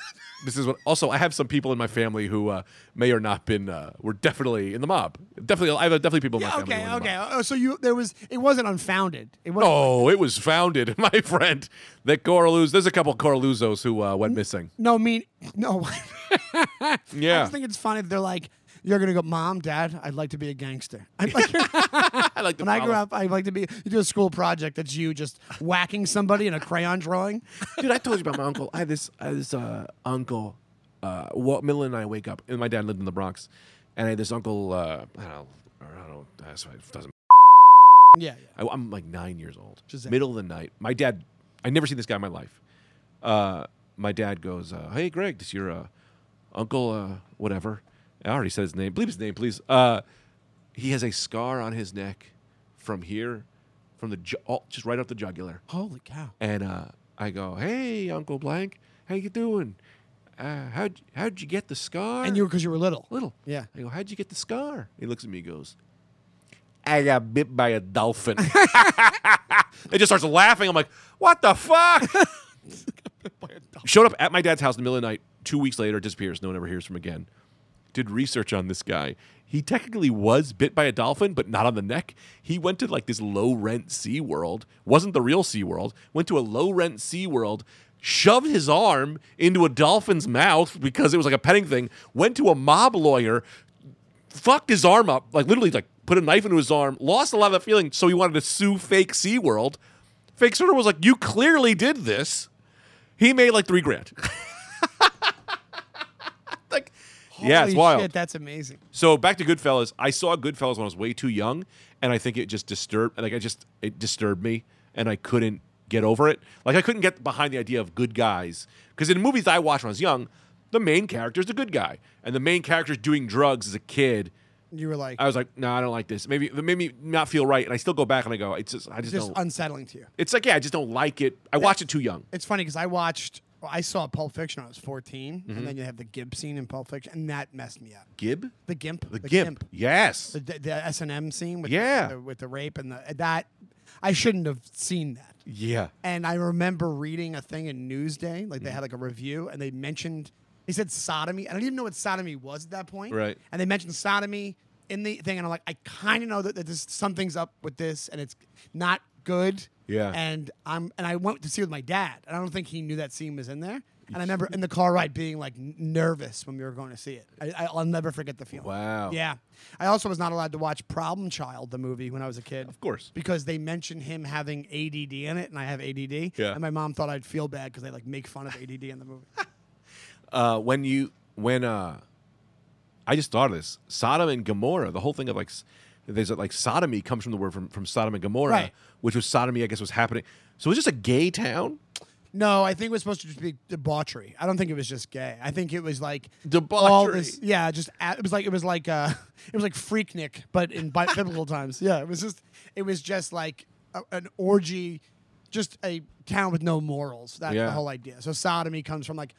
Speaker 2: this is what. Also, I have some people in my family who uh, may or not been uh, were definitely in the mob. Definitely, I have definitely people in my
Speaker 3: Yeah,
Speaker 2: family. who
Speaker 3: okay,
Speaker 2: were in the
Speaker 3: okay.
Speaker 2: mob.
Speaker 3: Oh, so you there was it wasn't unfounded. It was
Speaker 2: No, it was founded, my friend. That Coraluz, there's a couple Coraluzos who uh, went missing.
Speaker 3: no mean no. I
Speaker 2: Yeah,
Speaker 3: just think it's funny that they're like you're gonna go, mom, dad. I'd like to be a gangster. I'm like,
Speaker 2: I like the.
Speaker 3: when I grew
Speaker 2: follow-
Speaker 3: up, I'd like to be. You do a school project that's you just whacking somebody in a crayon drawing.
Speaker 2: dude. I told you about my uncle. I had this, I had this uh, uncle. Uh, what middle of the night, I wake up, and my dad lived in the Bronx, and I had this uncle. Uh, I don't, know, or I don't. know, That's why it doesn't.
Speaker 3: Yeah,
Speaker 2: I, I'm like nine years old.
Speaker 3: Shazam.
Speaker 2: Middle of the night. My dad. I never seen this guy in my life. Uh, my dad goes, uh, "Hey, Greg, this your uh, uncle, uh, whatever." I already said his name. Believe his name, please. Uh, he has a scar on his neck from here, from the ju- all- just right up the jugular.
Speaker 3: Holy cow!
Speaker 2: And uh, I go, "Hey, Uncle Blank, how you doing? Uh, how'd how'd you get the scar?"
Speaker 3: And you because you were little.
Speaker 2: little,
Speaker 3: Yeah.
Speaker 2: I go, "How'd you get the scar?" He looks at me, and goes, "I got bit by a dolphin." it just starts laughing. I'm like, "What the fuck?" Showed up at my dad's house in the middle of the night. Two weeks later, disappears. No one ever hears from again. Did research on this guy. He technically was bit by a dolphin, but not on the neck. He went to like this low rent Sea World. Wasn't the real Sea World. Went to a low rent Sea World. Shoved his arm into a dolphin's mouth because it was like a petting thing. Went to a mob lawyer. Fucked his arm up, like literally, like put a knife into his arm. Lost a lot of that feeling, so he wanted to sue fake Sea World. Fake Sea World was like, "You clearly did this." He made like three grand. like, yeah, it's
Speaker 3: Holy
Speaker 2: wild.
Speaker 3: Shit, that's amazing.
Speaker 2: So back to Goodfellas. I saw Goodfellas when I was way too young, and I think it just disturbed. Like I just it disturbed me, and I couldn't get over it. Like I couldn't get behind the idea of good guys because in movies I watched when I was young, the main character's a good guy, and the main character's doing drugs as a kid.
Speaker 3: You were like
Speaker 2: I was like, no, I don't like this. Maybe it made me not feel right, and I still go back and I go, it's just I just,
Speaker 3: just
Speaker 2: don't.
Speaker 3: unsettling to you.
Speaker 2: it's like yeah, I just don't like it. I watched it too young.
Speaker 3: It's funny because I watched, well, I saw Pulp Fiction when I was 14,
Speaker 2: Mm-hmm.
Speaker 3: and then you have the Gimp scene in Pulp Fiction, and that messed me up.
Speaker 2: Gib,
Speaker 3: The Gimp,
Speaker 2: the, Gimp. Yes,
Speaker 3: the, the, the S and M scene with
Speaker 2: Yeah.
Speaker 3: the, the- with the rape and the that I shouldn't have seen that.
Speaker 2: yeah. Mm-hmm.
Speaker 3: And I remember reading a thing in Newsday, like they had like a review, and they mentioned He said sodomy. I don't even know what sodomy was at that point.
Speaker 2: Right.
Speaker 3: And they mentioned sodomy in the thing, and I'm like, I kind of know that, that this, something's up with this, and it's not good.
Speaker 2: Yeah.
Speaker 3: And I'm and I went to see it with my dad, and I don't think he knew that scene was in there. And I remember in the car ride being like n- nervous when we were going to see it. I, I- I'll never forget the feeling.
Speaker 2: Wow.
Speaker 3: Yeah. I also was not allowed to watch Problem Child, the movie, when I was a kid. Of
Speaker 2: course.
Speaker 3: Because they mentioned him having ADD in it, and I have ADD.
Speaker 2: Yeah.
Speaker 3: And my mom thought I'd feel bad because they like make fun of ADD in the movie.
Speaker 2: uh, when you when uh, I just thought of this Sodom and Gomorrah, the whole thing of like s- there's a, like sodomy comes from the word from, from Sodom and Gomorrah,
Speaker 3: Right.
Speaker 2: which was sodomy, I guess, was happening. So it was just a gay town.
Speaker 3: no, I think it was supposed to just be debauchery. I don't think it was just gay. I think it was like all
Speaker 2: Debauchery.
Speaker 3: this. Yeah, just a- it was like it was like uh, it was like Freaknik, but in bi- biblical times. Yeah, it was just it was just like a, an orgy, just a town with no morals. That's
Speaker 2: Yeah.
Speaker 3: the whole idea. So sodomy comes from like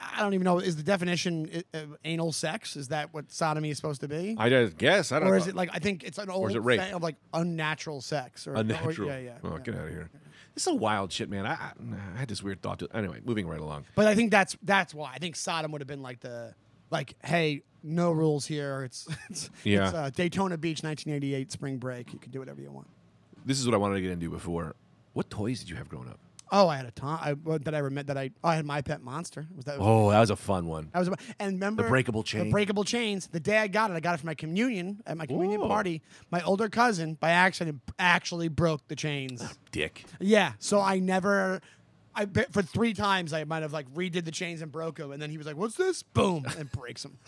Speaker 3: I don't even know. Is the definition i- of anal sex? Is that what sodomy is supposed to be?
Speaker 2: I just guess I don't.
Speaker 3: or
Speaker 2: know.
Speaker 3: is it like I think it's an old
Speaker 2: is it rape?
Speaker 3: thing of like unnatural sex or or-
Speaker 2: unnatural?
Speaker 3: yeah, yeah.
Speaker 2: Oh,
Speaker 3: yeah.
Speaker 2: get out of here. This is a wild shit, man. I, I, I had this weird thought. To, anyway, moving right along.
Speaker 3: But I think that's that's why I think Sodom would have been like the like hey no rules here it's it's,
Speaker 2: Yeah.
Speaker 3: it's uh, Daytona Beach 1988 spring break you can do whatever you want.
Speaker 2: This is what I wanted to get into before. What toys did you have growing up?
Speaker 3: Oh, I had a ton. I well, that I remember that I oh, I had my pet monster was that.
Speaker 2: Oh, that was a fun one.
Speaker 3: I was about, and remember
Speaker 2: breakable chain.
Speaker 3: The breakable chains. The day I got it, I got it for my communion at my communion
Speaker 2: Ooh.
Speaker 3: party. My older cousin, by accident, actually broke the chains.
Speaker 2: Dick.
Speaker 3: Yeah. So I never. I bet for three times I might have like redid the chains and broke them, and then he was like, "What's this?" Boom, and breaks them.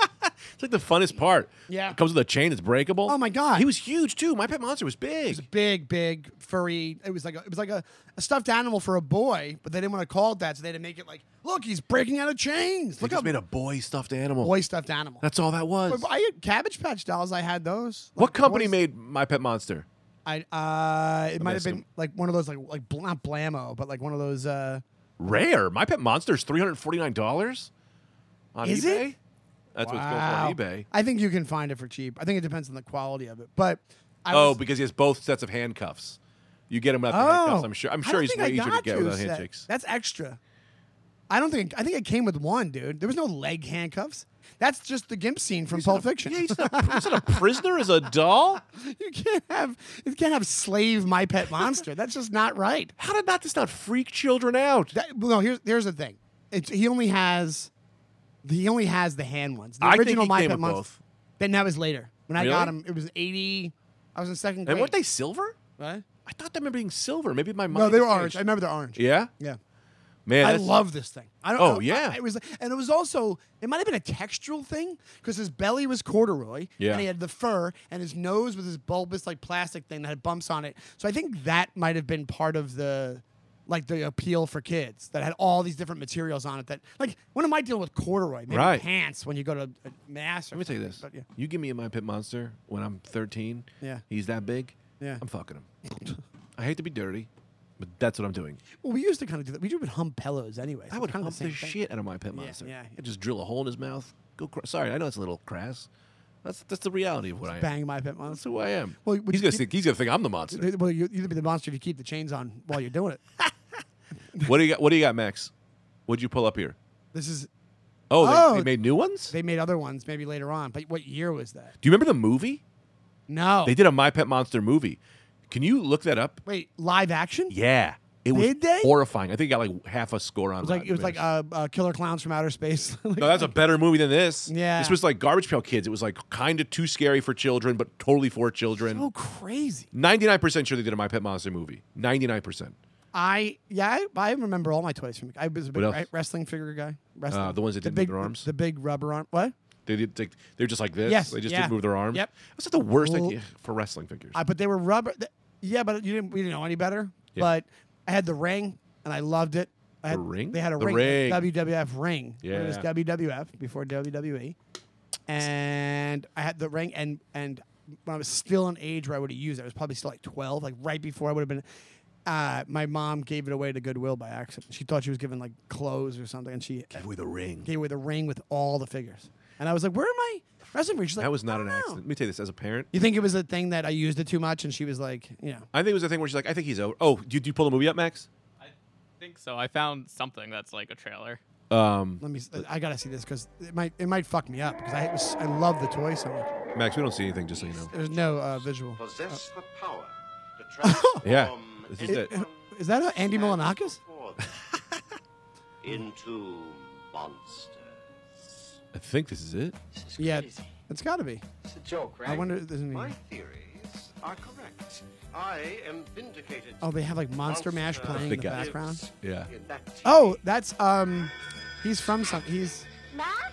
Speaker 2: It's like the funnest part.
Speaker 3: Yeah.
Speaker 2: It comes with a chain that's breakable.
Speaker 3: Oh, my God.
Speaker 2: He was huge too. My pet monster was big.
Speaker 3: big, big, furry. It was like a, it was like a, a stuffed animal for a boy, but they didn't want to call it that, so they had to make it like, "Look, he's breaking out of chains."
Speaker 2: They
Speaker 3: Look
Speaker 2: just
Speaker 3: up,
Speaker 2: made a boy stuffed animal.
Speaker 3: boy stuffed animal.
Speaker 2: That's all that was.
Speaker 3: But I had Cabbage Patch dolls. I had those.
Speaker 2: what
Speaker 3: Like,
Speaker 2: company
Speaker 3: boys-
Speaker 2: made My Pet Monster?
Speaker 3: I uh, it might have
Speaker 2: asking.
Speaker 3: been like one of those like like bl- not Blammo, but like one of those. Uh,
Speaker 2: Rare. My Pet Monster is three hundred forty nine dollars on
Speaker 3: Is
Speaker 2: eBay.
Speaker 3: it?
Speaker 2: That's what it's
Speaker 3: wow.
Speaker 2: going for on eBay.
Speaker 3: I think you can find it for cheap. I think it depends on the quality of it, but. I
Speaker 2: oh,
Speaker 3: was-
Speaker 2: because he has both sets of handcuffs. You get him without the
Speaker 3: Oh.
Speaker 2: handcuffs. I'm sure. I'm
Speaker 3: I
Speaker 2: sure
Speaker 3: don't
Speaker 2: he's
Speaker 3: think I
Speaker 2: way easier to
Speaker 3: got
Speaker 2: get
Speaker 3: you
Speaker 2: without
Speaker 3: set.
Speaker 2: handshakes.
Speaker 3: That's extra. I don't think. I think it came with one, dude. There was no leg handcuffs. That's just the gimp scene from Pulp Fiction.
Speaker 2: Yeah, he's not, a- he's not a prisoner as a doll.
Speaker 3: you can't have. You can't have slave my pet monster. That's just not right.
Speaker 2: How did that just not freak children out?
Speaker 3: That, well, no, here's here's the thing. It's, he only has. He only has the hand ones. The
Speaker 2: I think
Speaker 3: original
Speaker 2: he
Speaker 3: my
Speaker 2: came
Speaker 3: pet
Speaker 2: with
Speaker 3: monster.
Speaker 2: both.
Speaker 3: Then that was later. When I got
Speaker 2: Really?
Speaker 3: him, it was eighty. I was in second grade.
Speaker 2: and weren't they silver?
Speaker 3: What?
Speaker 2: I thought they remember being silver. Maybe my mind.
Speaker 3: No, they
Speaker 2: is
Speaker 3: were
Speaker 2: changed.
Speaker 3: orange. I remember they're orange.
Speaker 2: Yeah,
Speaker 3: Yeah.
Speaker 2: man.
Speaker 3: I
Speaker 2: that's-
Speaker 3: love this thing. I don't.
Speaker 2: Oh,
Speaker 3: I- I-
Speaker 2: yeah.
Speaker 3: it was, and it was also it might have been a textural thing because his belly was corduroy,
Speaker 2: Yeah.
Speaker 3: and he had the fur, and his nose was this bulbous like plastic thing that had bumps on it. So I think that might have been part of the like the appeal for kids that had all these different materials on it. That like when am I dealing with corduroy? Maybe
Speaker 2: Right.
Speaker 3: pants when you go to a mass. Or
Speaker 2: Let me tell you this.
Speaker 3: But yeah.
Speaker 2: You give me a my pit monster when I'm 13.
Speaker 3: Yeah.
Speaker 2: He's that big.
Speaker 3: Yeah.
Speaker 2: I'm fucking him. I hate to be dirty, but that's what I'm doing.
Speaker 3: Well, we used to kind of do that. We would hump pillows anyway. so
Speaker 2: I would
Speaker 3: kinda
Speaker 2: hump
Speaker 3: same
Speaker 2: the
Speaker 3: thing.
Speaker 2: shit out of my pet monster.
Speaker 3: yeah.
Speaker 2: I'd just drill a hole in his mouth. Go. Cr- Sorry, I know it's a little crass. That's that's the reality of what I am.
Speaker 3: Bang my pet
Speaker 2: That's
Speaker 3: monster.
Speaker 2: who I am.
Speaker 3: Well, would
Speaker 2: he's
Speaker 3: you
Speaker 2: gonna think he's gonna think I'm the monster.
Speaker 3: Well, you either be the monster if you keep the chains on while you're doing it.
Speaker 2: what do you got? What do you got, Max? What'd you pull up here?
Speaker 3: This is
Speaker 2: Oh,
Speaker 3: Oh.
Speaker 2: they, they made new ones.
Speaker 3: They made other ones maybe later on, but what year was that?
Speaker 2: do you remember the movie?
Speaker 3: No.
Speaker 2: They did a My Pet Monster movie. Can you look that up?
Speaker 3: Wait, live action?
Speaker 2: Yeah, it was
Speaker 3: Did they?
Speaker 2: horrifying. I think it got like half a score on.
Speaker 3: It was like it was like uh, uh, Killer Clowns from Outer Space. Like-
Speaker 2: no, that's a better movie than this.
Speaker 3: Yeah.
Speaker 2: this was like Garbage Pail Kids. It was like kind of too scary for children, but totally for
Speaker 3: so
Speaker 2: children.
Speaker 3: oh, crazy.
Speaker 2: Ninety nine percent sure they did a My Pet Monster movie. Ninety nine percent.
Speaker 3: I yeah, I, I remember all my toys from. I was a big
Speaker 2: else? Uh,
Speaker 3: re- wrestling figure guy. Wrestling.
Speaker 2: the ones that didn't move
Speaker 3: big,
Speaker 2: their arms?
Speaker 3: The, big rubber arm. What?
Speaker 2: They did. They, they're just like this.
Speaker 3: Yes,
Speaker 2: they just
Speaker 3: yeah.
Speaker 2: didn't move their arms.
Speaker 3: Yep.
Speaker 2: That's like the worst
Speaker 3: Well-
Speaker 2: idea for wrestling figures.
Speaker 3: I but they were rubber. th- yeah, but you didn't we didn't know any better.
Speaker 2: Yeah.
Speaker 3: But I had the ring and I loved it. I had,
Speaker 2: The ring?
Speaker 3: They had a
Speaker 2: The
Speaker 3: ring,
Speaker 2: ring.
Speaker 3: WWF ring. when It was
Speaker 2: Yeah.
Speaker 3: WWF before WWE. And I had the ring and and when I was still an age where I would have used it, I was probably still like twelve, like right before I would have been uh, my mom gave it away to Goodwill by accident. She thought she was giving like clothes or something, and she
Speaker 2: with a ring.
Speaker 3: gave away the ring with all the figures. And I was like, "Where am I?" Wrestling figures?" She's like,
Speaker 2: That was
Speaker 3: "I
Speaker 2: not
Speaker 3: don't
Speaker 2: an
Speaker 3: know."
Speaker 2: accident. Let me tell you this as a parent.
Speaker 3: You think it was a thing that I used it too much, and she was like, you know,
Speaker 2: I think it was the thing where she's like, I think he's over. Oh, did you, do you pull the movie up, Max?
Speaker 4: I think so. I found something that's like a trailer.
Speaker 2: Um,
Speaker 3: Let me. I gotta see this because it might it might fuck me up because I was, I love the toy so much.
Speaker 2: Max, we don't see anything, just so you know.
Speaker 3: There's no uh, visual.
Speaker 4: possess the power to transform
Speaker 2: Yeah, this is it.
Speaker 3: Is that uh, Andy Milanakis?
Speaker 4: into monsters.
Speaker 2: I think this is it.
Speaker 3: Yeah, it's gotta be.
Speaker 4: It's a joke, right?
Speaker 3: I wonder. if There's any,
Speaker 4: My theories are correct. I am vindicated.
Speaker 3: oh, they have like Monster Mash
Speaker 4: Monster
Speaker 3: playing in the
Speaker 2: The guy.
Speaker 3: background.
Speaker 2: Yeah.
Speaker 4: In that
Speaker 3: Oh, that's um, he's from some. He's
Speaker 5: Max?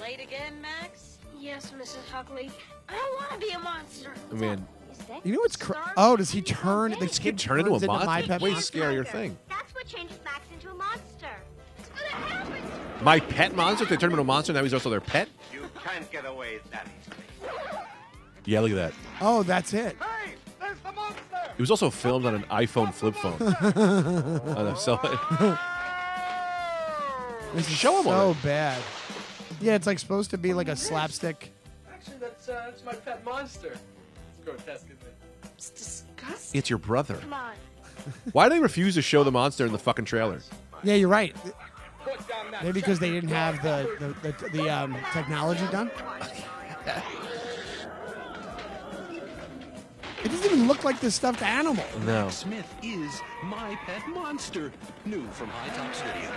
Speaker 6: Late again, Max?
Speaker 5: Yes, Mrs. Huckley. I don't want to be a monster.
Speaker 2: I mean,
Speaker 5: Is that
Speaker 3: you know what's cr-
Speaker 5: Star-
Speaker 3: oh does he turn the
Speaker 5: This
Speaker 2: kid
Speaker 3: kid
Speaker 2: turn into
Speaker 3: turns
Speaker 2: a
Speaker 3: My
Speaker 2: monster?
Speaker 3: Pet
Speaker 2: Wait,
Speaker 3: Monster?
Speaker 2: sc- scarier thing.
Speaker 5: That's what changes Max into a monster. It's gonna happen.
Speaker 2: my pet monster. They turned him into a monster. Now he's also their pet.
Speaker 3: Oh!
Speaker 4: You can't get away that easily.
Speaker 2: Yeah, look at that.
Speaker 3: Oh, that's it.
Speaker 4: Hey, there's the monster!
Speaker 2: It was also filmed on an iPhone flip phone. On a cell phone.
Speaker 4: Oh!
Speaker 3: This is
Speaker 2: Show 'em
Speaker 3: so
Speaker 2: already.
Speaker 3: bad. Yeah, it's like supposed to be like a slapstick.
Speaker 7: Actually, that's, uh, that's my pet monster. It's grotesque, isn't it?
Speaker 6: It's disgusting.
Speaker 2: it's your brother.
Speaker 5: Come on.
Speaker 2: Why do they refuse to show the monster in the fucking trailer?
Speaker 3: Yeah, you're right.
Speaker 7: Put down that
Speaker 3: Maybe because they didn't have the the, the, the um, technology done. It doesn't even look like this stuffed animal.
Speaker 2: No.
Speaker 8: Smith is my pet monster. New from High Top Studio.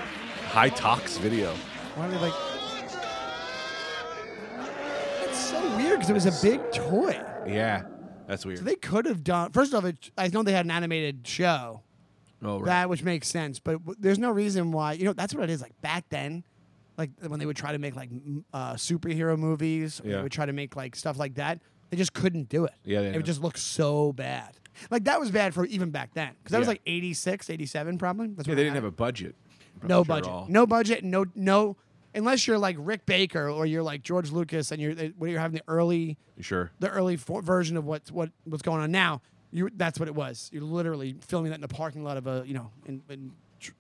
Speaker 2: High Tox video.
Speaker 3: Why are they like? It's so weird because it was a big toy.
Speaker 2: Yeah. That's weird.
Speaker 3: So they could have done. First off, it, I know they had an animated show
Speaker 2: oh, right.
Speaker 3: that which makes sense, but w- there's no reason why. You know, that's what it is. Like back then, like when they would try to make like m- uh, superhero movies, or
Speaker 2: Yeah.
Speaker 3: they would try to make like stuff like that. They just couldn't do it.
Speaker 2: Yeah, they
Speaker 3: it
Speaker 2: know.
Speaker 3: would just looked so bad. Like that was bad for even back then because that was
Speaker 2: Yeah.
Speaker 3: like 86, 87 probably. That's
Speaker 2: yeah,
Speaker 3: when
Speaker 2: they
Speaker 3: it
Speaker 2: didn't have
Speaker 3: happened.
Speaker 2: a budget.
Speaker 3: No
Speaker 2: Sure at
Speaker 3: budget.
Speaker 2: all.
Speaker 3: No budget. No no. Unless you're like Rick Baker or you're like George Lucas and you're when you're having the early
Speaker 2: Sure.
Speaker 3: the early for- version of what's what what's going on now. You that's what it was. You're literally filming that in the parking lot of a you know in, in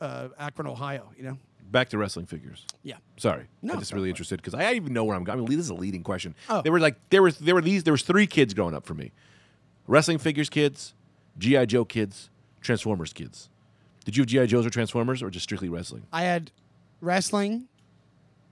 Speaker 3: uh, Akron, Ohio. You know.
Speaker 2: Back to wrestling figures.
Speaker 3: Yeah.
Speaker 2: Sorry,
Speaker 3: No,
Speaker 2: I'm
Speaker 3: it's
Speaker 2: just
Speaker 3: not
Speaker 2: really interested because I even know where I'm going. I mean, this is a leading question.
Speaker 3: Oh.
Speaker 2: There were like there was there were these there was three kids growing up for me, wrestling figures kids, GI Joe kids, Transformers kids. Did you have GI Joes or Transformers or just strictly wrestling?
Speaker 3: I had wrestling,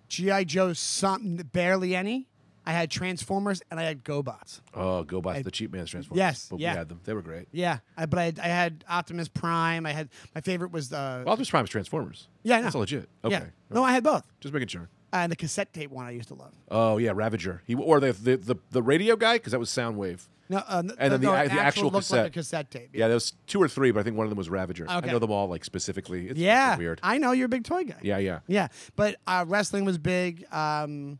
Speaker 3: GI Joe, some barely any. I had Transformers and I had GoBots.
Speaker 2: Oh, go buy the cheap man's Transformers.
Speaker 3: yes,
Speaker 2: but
Speaker 3: yeah.
Speaker 2: we had them. They were great.
Speaker 3: Yeah, I, but I had, I had Optimus Prime. I had my favorite was uh,
Speaker 2: Well, Optimus Prime's Transformers.
Speaker 3: yeah, I know.
Speaker 2: that's legit. Okay,
Speaker 3: yeah. No, I had both. Uh,
Speaker 2: just making sure.
Speaker 3: and the cassette tape one I used to love.
Speaker 2: Oh yeah, Ravager. He or the the the, the radio guy because that was Soundwave.
Speaker 3: No, uh, and
Speaker 2: then the-
Speaker 3: no,
Speaker 2: the
Speaker 3: it
Speaker 2: actual
Speaker 3: actually looked like a
Speaker 2: cassette.
Speaker 3: cassette tape.
Speaker 2: Yeah, there was two or three, but I think one of them was Ravager.
Speaker 3: Okay.
Speaker 2: I know them all like specifically. It's
Speaker 3: yeah.
Speaker 2: fucking weird.
Speaker 3: I know you're a big toy guy.
Speaker 2: yeah, yeah.
Speaker 3: yeah. But uh, wrestling was big. Um,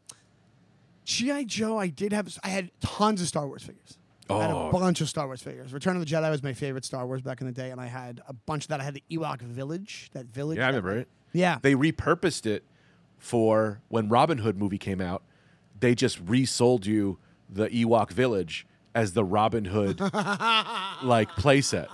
Speaker 3: GI Joe, I did have. I had tons of Star Wars figures. I had a
Speaker 2: Oh.
Speaker 3: bunch of Star Wars figures. Return of the Jedi was my favorite Star Wars back in the day, and I had a bunch of that. I had the Ewok Village, that village.
Speaker 2: Yeah, I
Speaker 3: that-
Speaker 2: remember it.
Speaker 3: Yeah.
Speaker 2: They repurposed it for when Robin Hood movie came out. They just resold you the Ewok village as the Robin Hood like playset.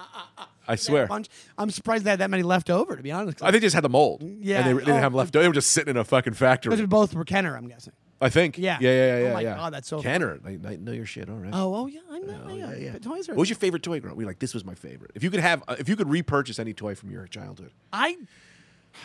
Speaker 2: I swear.
Speaker 3: bunch. I'm surprised they had that many left over, to be honest.
Speaker 2: I think they just had the mold.
Speaker 3: Yeah.
Speaker 2: And they, they didn't
Speaker 3: Oh.
Speaker 2: have left. They were just sitting in a fucking
Speaker 3: Those are
Speaker 2: factory.
Speaker 3: both were Kenner, I'm guessing.
Speaker 2: I think.
Speaker 3: Yeah.
Speaker 2: Yeah, yeah, yeah.
Speaker 3: Oh
Speaker 2: yeah,
Speaker 3: my
Speaker 2: yeah.
Speaker 3: God, that's so funny.
Speaker 2: Tanner, I, I know your shit. All right.
Speaker 3: Oh, oh yeah, I know.
Speaker 2: Oh,
Speaker 3: yeah,
Speaker 2: yeah, yeah.
Speaker 3: But toys are.
Speaker 2: What was your favorite toy growing? We were like this was my favorite. If you could have, uh, if you could repurchase any toy from your childhood,
Speaker 3: I,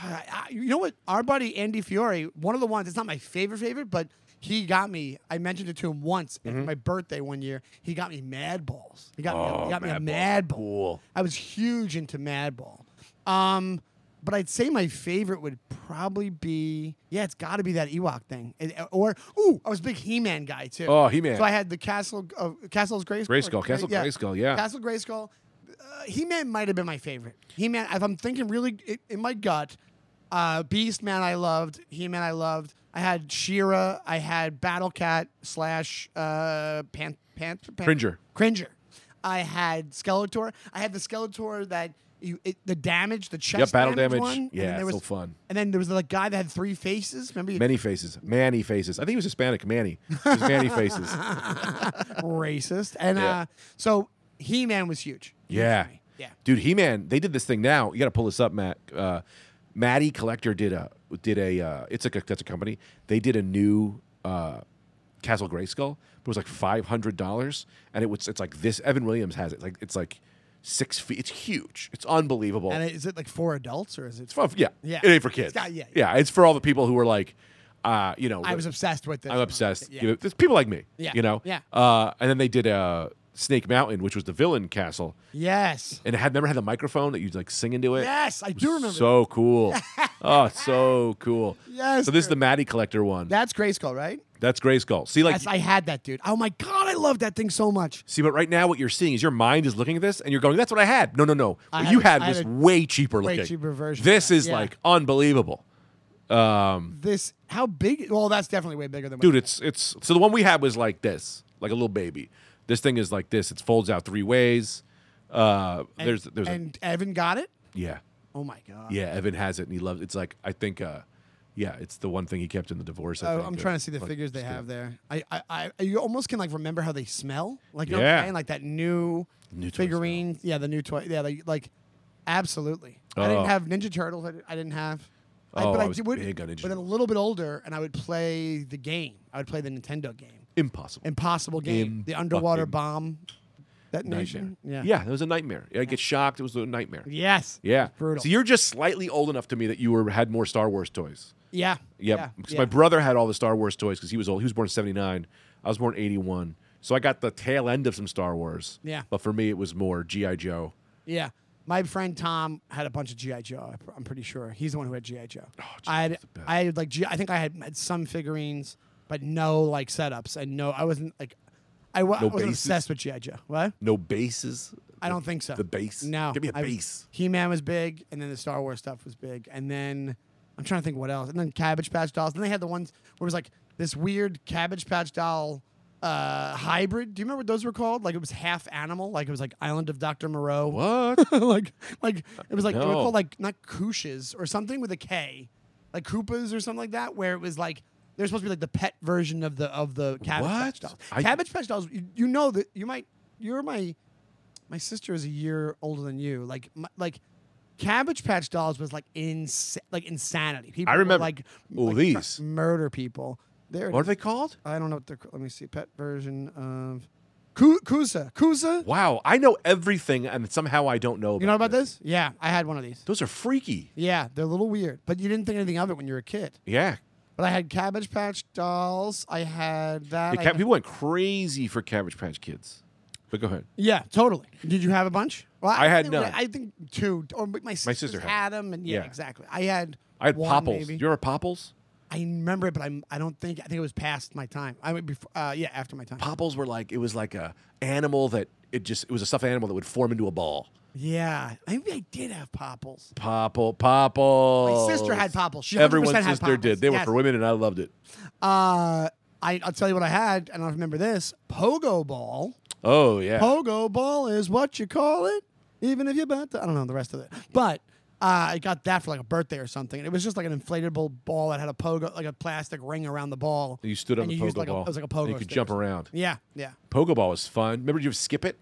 Speaker 3: I, I- you know what? Our buddy Andy Fiore, one of the ones. It's not my favorite favorite, but he got me. I mentioned it to him once
Speaker 2: Mm-hmm.
Speaker 3: at my birthday one year. He got me Mad Balls. He got me. A, he got me a Mad Ball.
Speaker 2: Oh, Cool.
Speaker 3: I was huge into Mad Ball. Um, but I'd say my favorite would probably be yeah, it's got to be that Ewok thing, And- uh, or ooh, I was a big He-Man guy too.
Speaker 2: Oh, He-Man.
Speaker 3: So I had the Castle of Castle's Grayskull.
Speaker 2: Grayskull,
Speaker 3: or-
Speaker 2: Castle Grayskull, yeah.
Speaker 3: Castle Grayskull. Uh, He-Man might have been my favorite. He-Man, if I'm thinking really i- in my gut, uh, Beast Man I loved. He-Man I loved. I had She-Ra. I had Battle Cat slash uh, Pan, Pan, Pan-
Speaker 2: Cringer.
Speaker 3: Cringer. I had Skeletor. I had the Skeletor that you it, the damage, the chest
Speaker 2: battle damage.
Speaker 3: one, and then
Speaker 2: Yeah,
Speaker 3: there was,
Speaker 2: so fun.
Speaker 3: And then there was the guy that had three faces. Remember, you
Speaker 2: many faces, Manny faces. I think he was Hispanic. Manny, it was Manny faces.
Speaker 3: racist. And
Speaker 2: Yeah.
Speaker 3: uh, so He Man was huge. Huge
Speaker 2: Yeah.
Speaker 3: for me. yeah.
Speaker 2: Dude, He Man, they did this thing now. You got to pull this up, Matt. Uh, Maddie Collector did a did a uh, it's a that's a company. They did a new uh, Castle Grayskull. It was like five hundred dollars, and it was it's like this. Evan Williams has it. Like it's like six feet. It's huge. It's unbelievable.
Speaker 3: And is it like for adults or is it?
Speaker 2: it's fun. Yeah.
Speaker 3: Yeah.
Speaker 2: It ain't for kids.
Speaker 3: It's got- yeah,
Speaker 2: yeah. It's for all the people who are like, uh, you know,
Speaker 3: I
Speaker 2: the-
Speaker 3: was obsessed with this.
Speaker 2: I'm
Speaker 3: one.
Speaker 2: obsessed.
Speaker 3: Yeah.
Speaker 2: You know, there's people like me.
Speaker 3: Yeah.
Speaker 2: You know.
Speaker 3: Yeah.
Speaker 2: Uh, and then they did uh, Snake Mountain, which was the villain castle,
Speaker 3: Yes.
Speaker 2: and it had never had the microphone that you'd like sing into it.
Speaker 3: Yes, I
Speaker 2: It was
Speaker 3: do remember.
Speaker 2: So cool. oh, so cool.
Speaker 3: Yes,
Speaker 2: So this is
Speaker 3: dude.
Speaker 2: the Maddie Collector one.
Speaker 3: That's Grayskull, right?
Speaker 2: That's Grayskull. See, like.
Speaker 3: Yes, I had that dude. Oh my god, I love that thing so much.
Speaker 2: See, but right now what you're seeing is your mind is looking at this and you're going, "That's what I had." No, no, no.
Speaker 3: I
Speaker 2: What
Speaker 3: had
Speaker 2: you
Speaker 3: a-
Speaker 2: had
Speaker 3: I had
Speaker 2: was
Speaker 3: a
Speaker 2: way cheaper
Speaker 3: way
Speaker 2: looking.
Speaker 3: cheaper version of
Speaker 2: This
Speaker 3: that,
Speaker 2: is
Speaker 3: yeah.
Speaker 2: like unbelievable,
Speaker 3: This how big? Well, that's definitely way bigger than what-
Speaker 2: dude. It's it's so the one we had was like this, like a little baby. This thing is like this. It folds out three ways. Uh,
Speaker 3: And,
Speaker 2: there's there's a,
Speaker 3: and Evan got it.
Speaker 2: yeah.
Speaker 3: Oh my god.
Speaker 2: Yeah, Evan has it, and he loves. It's like I think, uh, yeah, it's the one thing he kept in the divorce. I
Speaker 3: Oh,
Speaker 2: think,
Speaker 3: I'm
Speaker 2: uh,
Speaker 3: trying to see the
Speaker 2: like,
Speaker 3: figures they
Speaker 2: just
Speaker 3: have there. I, I, I, you almost can like remember how they smell. Like, you know what
Speaker 2: Yeah.
Speaker 3: I'm saying? Like that new,
Speaker 2: New toy smell.
Speaker 3: figurine. Yeah, the new toy. Yeah, like, like absolutely. I
Speaker 2: Oh.
Speaker 3: didn't have Ninja Turtles. I, di- I didn't have.
Speaker 2: Oh,
Speaker 3: but
Speaker 2: I was
Speaker 3: did- would,
Speaker 2: big on Ninja
Speaker 3: But a
Speaker 2: Turtles.
Speaker 3: little bit older, and I would play the game. I would play the Nintendo game,
Speaker 2: impossible.
Speaker 3: Impossible game,
Speaker 2: Im-
Speaker 3: the underwater
Speaker 2: fucking
Speaker 3: bomb. That
Speaker 2: nightmare.
Speaker 3: nation. Yeah.
Speaker 2: yeah, it was a nightmare. I get shocked. It was a nightmare.
Speaker 3: Yes.
Speaker 2: Yeah,
Speaker 3: Brutal.
Speaker 2: So you're just slightly old enough to me that you were had more Star Wars toys.
Speaker 3: Yeah.
Speaker 2: Yep.
Speaker 3: Yeah.
Speaker 2: Because
Speaker 3: yeah.
Speaker 2: my brother had all the Star Wars toys because he was old. He was born in '79. I was born '81. So I got the tail end of some Star Wars.
Speaker 3: Yeah.
Speaker 2: But for me, it was more GI Joe.
Speaker 3: Yeah. My friend Tom had a bunch of GI Joe. I pr- I'm pretty sure he's the one who had GI Joe. I had,
Speaker 2: Oh, the best.
Speaker 3: I had like G, I think I had, had some figurines, but no like setups and no. I wasn't like, I, wa-
Speaker 2: No
Speaker 3: I wasn't
Speaker 2: bases?
Speaker 3: obsessed with GI Joe. What?
Speaker 2: No bases.
Speaker 3: I don't think so.
Speaker 2: The base.
Speaker 3: No.
Speaker 2: Give me a base.
Speaker 3: He Man was big, and then the Star Wars stuff was big, and then I'm trying to think what else. And then Cabbage Patch dolls. Then they had the ones where it was like this weird Cabbage Patch doll uh, hybrid. Do you remember what those were called? Like it was half animal. Like it was like Island of Dr. Moreau.
Speaker 2: What?
Speaker 3: like like it was like they were
Speaker 2: No.
Speaker 3: called like not Kooshas or something with a K, like Koopas or something like that, where it was like they're supposed to be like the pet version of the of the Cabbage Patch
Speaker 2: What?
Speaker 3: dolls.
Speaker 2: I-
Speaker 3: Cabbage Patch dolls, you, you know that you might you're my my sister is a year older than you, like my, like. Cabbage Patch Dolls was like ins- like insanity. People would,
Speaker 2: remember-
Speaker 3: like,
Speaker 2: Oh,
Speaker 3: like,
Speaker 2: these.
Speaker 3: mur- murder people. There, it
Speaker 2: what are
Speaker 3: is.
Speaker 2: they called?
Speaker 3: I don't know what they're. ca- Let me see. Pet version of Ku- Kusa. Kusa.
Speaker 2: Wow, I know everything, and somehow I don't know. About
Speaker 3: You know about this? Yeah, I had one of these.
Speaker 2: Those are freaky.
Speaker 3: Yeah, they're a little weird, but you didn't think anything of it when you were a kid.
Speaker 2: Yeah,
Speaker 3: But I had Cabbage Patch dolls. I had that.
Speaker 2: The ca-
Speaker 3: I had-
Speaker 2: people went crazy for Cabbage Patch Kids. But go ahead.
Speaker 3: yeah, totally. Did you have a bunch? Well,
Speaker 2: I had
Speaker 3: think-
Speaker 2: none.
Speaker 3: I think two. Or my, my sisters
Speaker 2: sister had
Speaker 3: had them, and yeah,
Speaker 2: Yeah.
Speaker 3: exactly. I had.
Speaker 2: I had
Speaker 3: one,
Speaker 2: Popples.
Speaker 3: maybe.
Speaker 2: You remember Popples?
Speaker 3: I remember it, but I'm. I don't think. I think it was past my time. I mean, before, uh, yeah, after my time.
Speaker 2: Popples were like it was like a animal that it just it was a stuffed animal that would form into a ball.
Speaker 3: Yeah, maybe I did have Popples.
Speaker 2: Popple, Popples.
Speaker 3: My sister had Popples. She 100%
Speaker 2: Everyone's
Speaker 3: had
Speaker 2: sister
Speaker 3: Popples.
Speaker 2: did. They were
Speaker 3: Yes.
Speaker 2: for women, and I loved it.
Speaker 3: Uh, I, I'll tell you what I had, and I remember this Pogo Ball.
Speaker 2: Oh yeah.
Speaker 3: Pogo ball is what you call it, even if you bet. The, I don't know the rest of it, but uh, I got that for like a birthday or something. And it was just like an inflatable ball that had a pogo, like a plastic ring around the ball.
Speaker 2: you stood on
Speaker 3: and
Speaker 2: the
Speaker 3: you
Speaker 2: pogo
Speaker 3: used like
Speaker 2: ball.
Speaker 3: A, it was like a
Speaker 2: and
Speaker 3: pogo.
Speaker 2: You could
Speaker 3: stick or
Speaker 2: jump
Speaker 3: something.
Speaker 2: around.
Speaker 3: Yeah, yeah.
Speaker 2: Pogo ball was fun. Remember you skip it?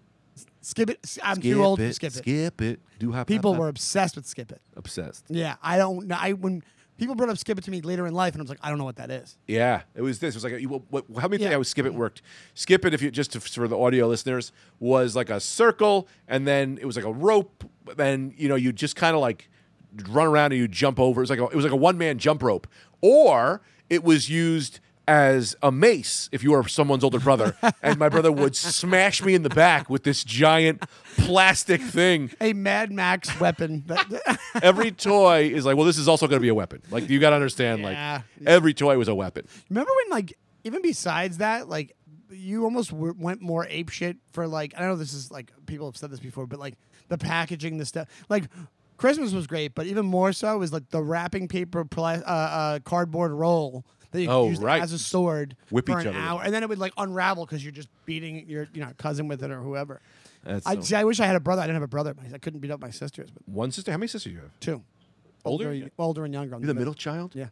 Speaker 3: Skip it. I'm too old to skip it.
Speaker 2: Skip it. Do hop.
Speaker 3: People
Speaker 2: hop,
Speaker 3: were
Speaker 2: hop.
Speaker 3: obsessed with skip it.
Speaker 2: obsessed.
Speaker 3: Yeah, I don't know. I when people brought up skip it to me later in life, and I was like, I don't know what that is.
Speaker 2: Yeah, it was this. It was like, you- what, how many
Speaker 3: Yeah.
Speaker 2: things? I was skip it worked. Skip it if you just to, for the audio listeners was like a circle, and then it was like a rope. Then you know you just kind of like run around and you jump over. It was like a, it was like a one man jump rope, or it was used as a mace if you were someone's older brother. and my brother would smash me in the back with this giant plastic thing.
Speaker 3: A Mad Max weapon. That,
Speaker 2: Every toy is like, well, this is also going to be a weapon. Like you got to understand,
Speaker 3: Yeah.
Speaker 2: like every toy was a weapon.
Speaker 3: Remember when, like, even besides that, like, you almost w- went more apeshit for, like, I know this is, like, people have said this before, but, like, the packaging, the stuff. Like, Christmas was great, but even more so was, like, the wrapping paper, pla- uh, uh, cardboard roll that you could
Speaker 2: Oh,
Speaker 3: use
Speaker 2: right.
Speaker 3: as a sword
Speaker 2: Whip
Speaker 3: for
Speaker 2: each
Speaker 3: an
Speaker 2: other with
Speaker 3: hour.
Speaker 2: it.
Speaker 3: And then it would, like, unravel because you're just beating your, you know, cousin with it or whoever.
Speaker 2: That's
Speaker 3: I,
Speaker 2: so-
Speaker 3: see, I wish I had a brother. I didn't have a brother. I couldn't beat up my sisters, but
Speaker 2: One sister. How many sisters do you have?
Speaker 3: two.
Speaker 2: Older?
Speaker 3: Older,
Speaker 2: Yeah.
Speaker 3: older and younger. I'm
Speaker 2: You're the middle child?
Speaker 3: Yeah.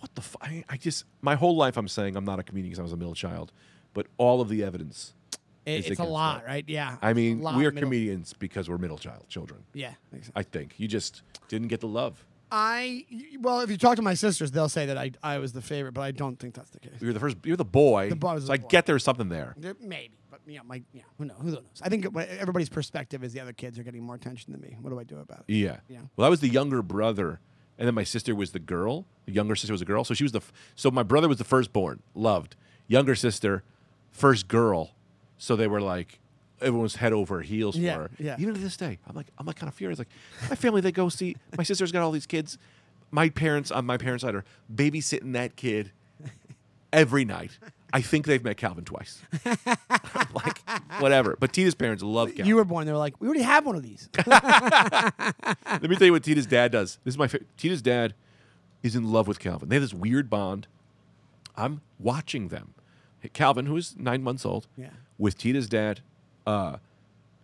Speaker 2: What the fuck? I, I just, my whole life I'm saying I'm not a comedian because I was a middle child, but all of the evidence.
Speaker 3: It-
Speaker 2: is
Speaker 3: it's a
Speaker 2: against
Speaker 3: lot,
Speaker 2: that.
Speaker 3: right? Yeah.
Speaker 2: I
Speaker 3: It's a
Speaker 2: mean,
Speaker 3: lot
Speaker 2: we are
Speaker 3: of middle-
Speaker 2: comedians because we're middle child children.
Speaker 3: Yeah.
Speaker 2: I think. You just didn't get the love.
Speaker 3: I well, if you talk to my sisters, they'll say that I, I was the favorite, but I don't think that's the case.
Speaker 2: You're the first, you're the boy.
Speaker 3: The boy was
Speaker 2: so
Speaker 3: the
Speaker 2: I
Speaker 3: boy.
Speaker 2: get there's something there.
Speaker 3: There- Maybe, but you know, my, you know, who knows? Who knows? I think it- everybody's perspective is the other kids are getting more attention than me. What do I do about it?
Speaker 2: Yeah.
Speaker 3: Yeah.
Speaker 2: Well, I was the younger brother, and then my sister was the girl. The younger sister was a girl, so she was the. F- so my brother was the firstborn, loved. Younger sister, first girl. So they were like, everyone was head over heels
Speaker 3: Yeah,
Speaker 2: for her.
Speaker 3: yeah.
Speaker 2: Even to this day, I'm like, I'm like kind of furious. Like, my family, they go see. My sister's got all these kids. My parents on my parents' side are babysitting that kid every night. I think they've met Calvin twice. I'm like, whatever. But Tita's parents love Calvin.
Speaker 3: You were born. They were like, we already have one of these.
Speaker 2: Let me tell you what Tita's dad does. This is my favorite. Tita's dad is in love with Calvin. They have this weird bond. I'm watching them. Calvin, who is nine months old,
Speaker 3: Yeah.
Speaker 2: with Tita's dad, uh,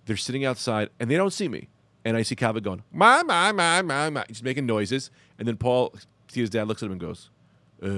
Speaker 2: they're sitting outside and they don't see me. And I see Calvin going, my, my, my, my, my. He's making noises. And then Paul, Tita's dad, looks at him and goes, uh,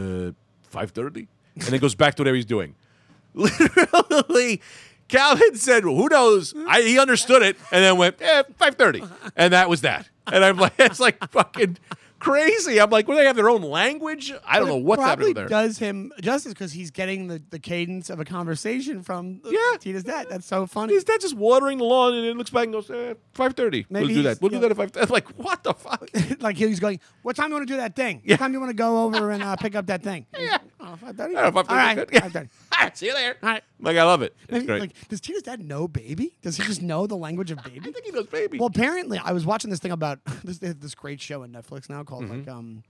Speaker 2: 5.30? And then goes back to whatever he's doing. Literally, Calvin said, well, who knows? I, he understood it and then went, eh, 5.30. And that was that. And I'm like, it's like fucking crazy. I'm like, well, they have their own language. I don't know what's
Speaker 3: Probably
Speaker 2: happening there.
Speaker 3: does him justice because he's getting the, the cadence of a conversation from uh,
Speaker 2: Yeah.
Speaker 3: Tina's dad. That's so funny.
Speaker 2: Is that just watering the lawn and it looks back and goes, eh, 5.30. We'll
Speaker 3: Maybe
Speaker 2: do
Speaker 3: he's-
Speaker 2: that. We'll
Speaker 3: yeah.
Speaker 2: do that at 5.30. Like, what the fuck?
Speaker 3: like he's going, what time do you want to do that thing?
Speaker 2: Yeah.
Speaker 3: What time do you want to go over and uh, pick up that thing?
Speaker 2: Yeah.
Speaker 3: Oh, 5:30?
Speaker 2: I don't know,
Speaker 3: All
Speaker 2: 5:30
Speaker 3: right.
Speaker 2: good. Yeah.
Speaker 3: 5:30.
Speaker 2: See you there.
Speaker 3: All right.
Speaker 2: Like, I love it. It's
Speaker 3: Maybe,
Speaker 2: great.
Speaker 3: like, does Tina's dad know baby? Does he just know the language of baby?
Speaker 2: I think he knows baby.
Speaker 3: Well, apparently, I was watching this thing about this. They have this great show on Netflix now called
Speaker 2: Mm-hmm.
Speaker 3: like um,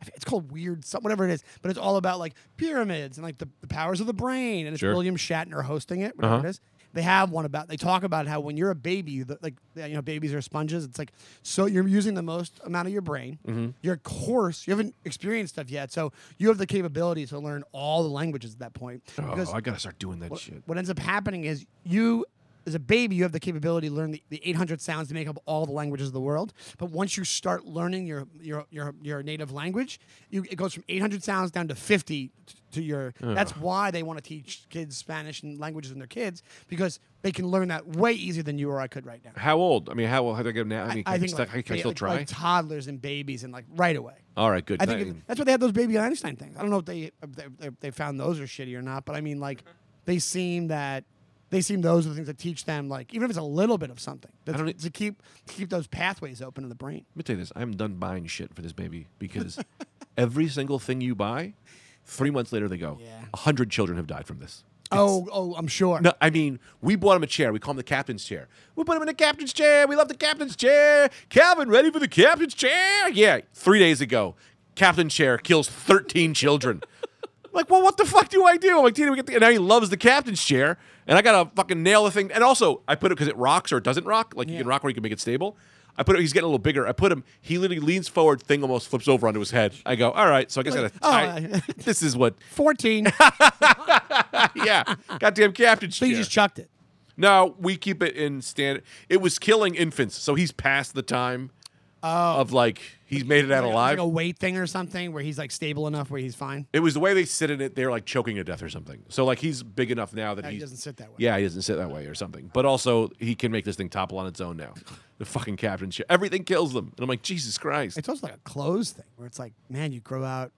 Speaker 3: I f- it's called Weird, some, whatever it is. But it's all about like pyramids and like the, the powers of the brain. And it's
Speaker 2: Sure. Uh-huh.
Speaker 3: William Shatner hosting it, whatever it is. They have one about. They talk about how when you're a baby, the, like you know, babies are sponges. It's like so you're using the most amount of your brain.
Speaker 2: Mm-hmm.
Speaker 3: You're coarse. You haven't experienced stuff yet, so you have the capability to learn all the languages at that point. because
Speaker 2: oh, I got to start doing that shit.
Speaker 3: what ends up happening is you as a baby you have the capability to learn the, the 800 sounds to make up all the languages of the world but once you start learning your your your, your native language you, it goes from 800 sounds down to 50 t- to your that's why they want to teach kids spanish and languages in their kids because they can learn that way easier than you or i could right now
Speaker 2: How old? I mean, how old? How do I get now? I mean, can I, still,
Speaker 3: like,
Speaker 2: can I
Speaker 3: ba-
Speaker 2: still
Speaker 3: like-
Speaker 2: try?
Speaker 3: like toddlers and babies and like right away
Speaker 2: All right, good.
Speaker 3: I think
Speaker 2: Thank-
Speaker 3: it- that's why they had those baby Einstein things. I don't know if they if they, if they found those are shitty or not, but I mean, like, they seem that they seem those are the things that teach them, like, even if it's a little bit of something, that's,
Speaker 2: don't e-
Speaker 3: to keep to keep those pathways open in the brain.
Speaker 2: Let me tell you this. I'm done buying shit for this baby because every single thing you buy, three months later they go,
Speaker 3: Yeah.
Speaker 2: a hundred children have died from this.
Speaker 3: oh, oh, I'm sure.
Speaker 2: No, I mean, we bought him a chair. We call him the captain's chair. We put him in the captain's chair. We love the captain's chair. Calvin, ready for the captain's chair? Yeah, three days ago, captain's chair kills 13 children. I'm like, well, what the fuck do I do? I'm like, Tina, we get the, and now he loves the captain's chair, and I gotta fucking nail the thing. And also, I put it because it rocks or it doesn't rock. Like, you
Speaker 3: Yeah.
Speaker 2: can rock or you can make it stable. I put it. He's getting a little bigger. I put him. He literally leans forward. Thing almost flips over onto his head. I go, all right. So I guess I gotta.
Speaker 3: oh,
Speaker 2: tie-
Speaker 3: I-
Speaker 2: this is what.
Speaker 3: Fourteen,
Speaker 2: Yeah, goddamn captain's
Speaker 3: so
Speaker 2: chair.
Speaker 3: you just chucked it.
Speaker 2: No, we keep it in standard. It was killing infants, so he's past the time of like he's made it out
Speaker 3: Oh. Like a-
Speaker 2: alive.
Speaker 3: like a weight thing or something, where he's like stable enough where he's fine.
Speaker 2: it was the way they sit in it. They're like choking to death or something. So like he's big enough now that
Speaker 3: he
Speaker 2: he's-
Speaker 3: doesn't sit that way.
Speaker 2: Yeah, he doesn't sit that way or something. But also he can make this thing topple on its own now. The fucking captain shit. Everything kills them, and I'm like Jesus Christ.
Speaker 3: It's also like a clothes thing, where it's like, man, you grow out.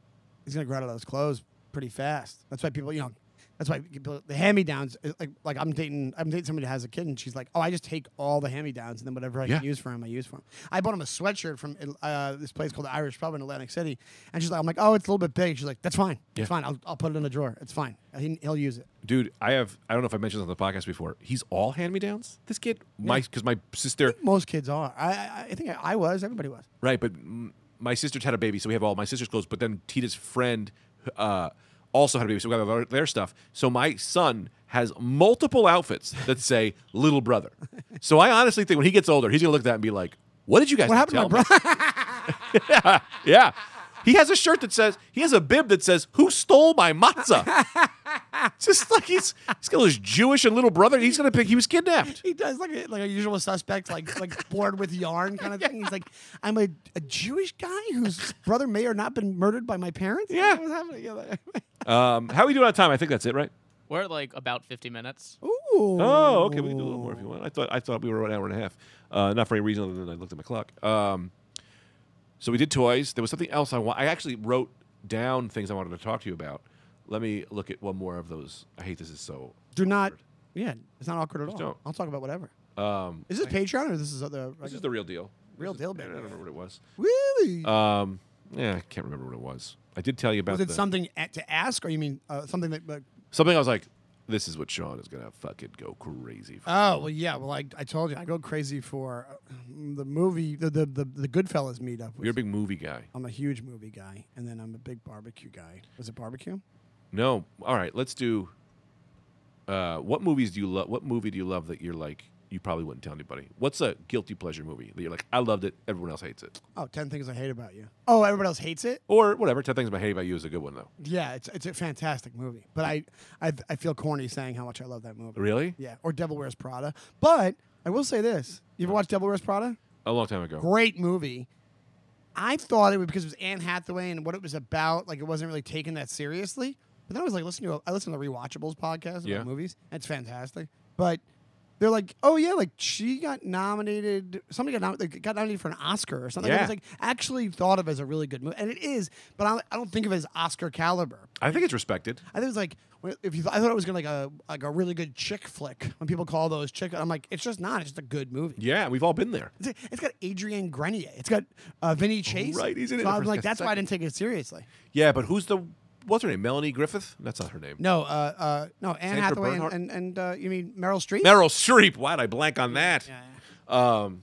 Speaker 3: He's gonna grow out of those clothes pretty fast. That's why people, you know, that's why people, the hand-me-downs. uh, Like, like I'm dating, I'm dating somebody that has a kid, and she's like, oh, I just take all the hand-me-downs, and then whatever I
Speaker 2: Yeah.
Speaker 3: can use for him, I use for him. I bought him a sweatshirt from uh, this place called the Irish Pub in Atlantic City, and she's like, I'm like, oh, it's a little bit big. She's like, that's fine,
Speaker 2: Yeah.
Speaker 3: it's fine. I'll, I'll put it in the drawer. It's fine. He, he'll use it.
Speaker 2: Dude, I have I don't know if I mentioned this on the podcast before. He's all hand me downs. This kid, my because my sister.
Speaker 3: Most kids are. I, I, I think I, I was. Everybody was.
Speaker 2: Right, but m- my sister's had a baby, so we have all my sister's clothes. But then Tita's friend uh, also had a baby, so we got their, their stuff. So my son has multiple outfits that say "little brother." So I honestly think when he gets older, he's gonna look at that and be like, "What did you guys
Speaker 3: What
Speaker 2: not
Speaker 3: happened to my
Speaker 2: tell me?"
Speaker 3: brother?
Speaker 2: Yeah. He has a shirt that says, he has a bib that says, Who stole my matzah? It's Just like he's, he's got his Jewish and little brother. He's going to pick, he was kidnapped.
Speaker 3: He does like a, like a usual suspect, like like bored with yarn kind of thing. He's like, I'm a, a Jewish guy whose brother may or not been murdered by my parents.
Speaker 2: Yeah.
Speaker 3: What's happening? Yeah, like-
Speaker 2: Um, how are we doing on time? I think that's it, right?
Speaker 9: We're at like about 50 minutes.
Speaker 3: Ooh.
Speaker 2: Oh, okay. We can do a little more if you want. I thought I thought we were an hour and a half. Uh, not for any reason other than I looked at my clock. Um, so we did toys. There was something else I want. I actually wrote down things I wanted to talk to you about. Let me look at one more of those. I hate this is so.
Speaker 3: Do not. Yeah, it's not awkward at all.
Speaker 2: don't.
Speaker 3: I'll talk about whatever.
Speaker 2: Um,
Speaker 3: Is this Patreon or this is other?
Speaker 2: this is the real deal.
Speaker 3: real deal,
Speaker 2: I
Speaker 3: baby.
Speaker 2: don't remember what it was.
Speaker 3: Really?
Speaker 2: Um, yeah, I can't remember what it was. I did tell you about
Speaker 3: was it
Speaker 2: the-
Speaker 3: something at, to ask, or you mean uh, something that? Like,
Speaker 2: something. I was like, this is what Sean is gonna fucking go crazy. For.
Speaker 3: oh well, yeah. Well, I, I told you I go crazy for uh, the movie, the the the, the Goodfellas meetup. Was,
Speaker 2: You're a big movie guy.
Speaker 3: I'm a huge movie guy, and then I'm a big barbecue guy. Was it barbecue?
Speaker 2: No, all right, let's do. Uh, what movies do you love? What movie do you love that you're like you probably wouldn't tell anybody? What's a guilty pleasure movie that you're like I loved it, everyone else hates it,
Speaker 3: Oh, 10 things I hate about you. Oh, everybody else hates it.
Speaker 2: or whatever? Ten things I hate about you is a good one though.
Speaker 3: Yeah, it's it's a fantastic movie, but I I, I feel corny saying how much I love that movie.
Speaker 2: Really?
Speaker 3: Yeah, or Devil Wears Prada. But I will say this: you ever watch Devil Wears Prada?
Speaker 2: A long time ago.
Speaker 3: great movie. I thought it was because it was Anne Hathaway and what it was about. Like it wasn't really taken that seriously. But then I was like listening to a, I listened to the Rewatchables podcast about
Speaker 2: Yeah.
Speaker 3: movies. That's fantastic. But they're like, oh yeah, like she got nominated. Somebody got nominated, like, got nominated for an Oscar or something.
Speaker 2: Yeah.
Speaker 3: It was like actually thought of as a really good movie, and it is. But I, I don't think of it as Oscar caliber.
Speaker 2: I think it's respected.
Speaker 3: I think it was like when- if you, I thought it was gonna like a like a really good chick flick when people call those chick. I'm like, it's just not. It's just a good movie.
Speaker 2: Yeah, we've all been there.
Speaker 3: It's it's got Adrian Grenier. It's got uh, Vinny Chase.
Speaker 2: Oh, right, he's in it
Speaker 3: so
Speaker 2: for
Speaker 3: I'm like,
Speaker 2: a
Speaker 3: that's why I
Speaker 2: second.
Speaker 3: didn't take it seriously.
Speaker 2: Yeah, but who's the what's her name? Melanie Griffith? That's not her name.
Speaker 3: No, uh, uh, no, Anne
Speaker 2: Sandra
Speaker 3: Hathaway
Speaker 2: Bernhard-
Speaker 3: and, and, and uh, you mean Meryl Streep?
Speaker 2: Meryl Streep. Why'd I blank on that? Yeah, Um,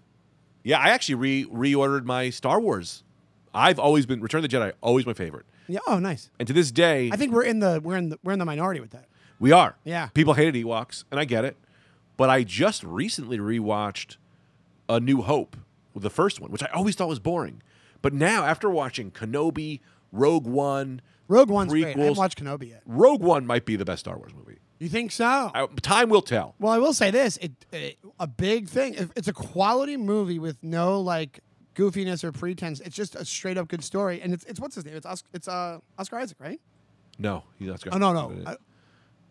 Speaker 2: yeah I actually re- reordered my Star Wars. I've always been Return of the Jedi, always my favorite.
Speaker 3: yeah. Oh, nice.
Speaker 2: And to this day,
Speaker 3: I think we're in the we're in the we're in the minority with that.
Speaker 2: we are.
Speaker 3: Yeah.
Speaker 2: People hated Ewoks, and I get it. But I just recently rewatched A New Hope, the first one, which I always thought was boring. But now, after watching Kenobi, Rogue One,
Speaker 3: Rogue One's great. I
Speaker 2: prequels,
Speaker 3: haven't watched Kenobi yet.
Speaker 2: Rogue One might be the best Star Wars movie.
Speaker 3: You think so?
Speaker 2: I- time will tell.
Speaker 3: well, I will say this: it, it a big thing. If it's a quality movie with no like goofiness or pretense. It's just a straight up good story, and it's it's what's his name? It's Oscar, it's uh, Oscar Isaac, right?
Speaker 2: No, he's Oscar.
Speaker 3: Oh no, no. I,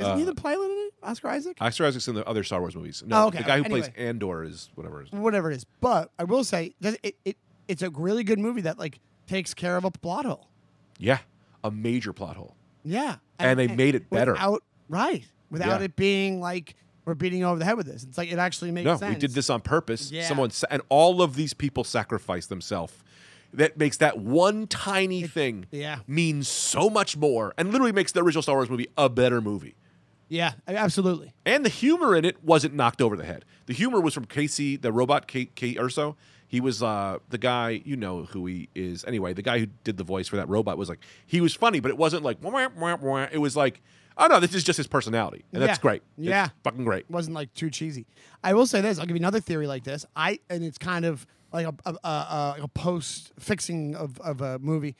Speaker 3: isn't
Speaker 2: Uh,
Speaker 3: he the pilot in it? Oscar Isaac?
Speaker 2: Oscar Isaac's in the other Star Wars movies. No,
Speaker 3: Oh, okay,
Speaker 2: the guy who
Speaker 3: okay.
Speaker 2: plays
Speaker 3: Anyway.
Speaker 2: Andor is whatever. It is.
Speaker 3: whatever it is. But I will say that it, it it's a really good movie that like takes care of a plot hole.
Speaker 2: Yeah, a major plot hole.
Speaker 3: Yeah,
Speaker 2: And they made it better.
Speaker 3: without right without
Speaker 2: Yeah.
Speaker 3: it being like we're beating you over the head with this. It's like it actually makes
Speaker 2: No,
Speaker 3: sense.
Speaker 2: we did this on purpose.
Speaker 3: Yeah.
Speaker 2: Someone sa- and all of these people sacrificed themselves. That makes that one tiny thing
Speaker 3: yeah.
Speaker 2: mean so much more, and literally makes the original Star Wars movie a better movie.
Speaker 3: Yeah, I- absolutely.
Speaker 2: And the humor in it wasn't knocked over the head. The humor was from Casey, the robot Kate, Kate Urso. He was uh, the guy, you know who he is. Anyway, the guy who did the voice for that robot was like, he was funny, but it wasn't like, wah, wah, wah. it was like, oh no, this is just his personality. And that's
Speaker 3: Yeah.
Speaker 2: great. It's
Speaker 3: Yeah.
Speaker 2: fucking great.
Speaker 3: It wasn't like too cheesy. I will say this. I'll give you another theory like this. I and it's kind of like a a, a, a- a post fixing of, of a movie,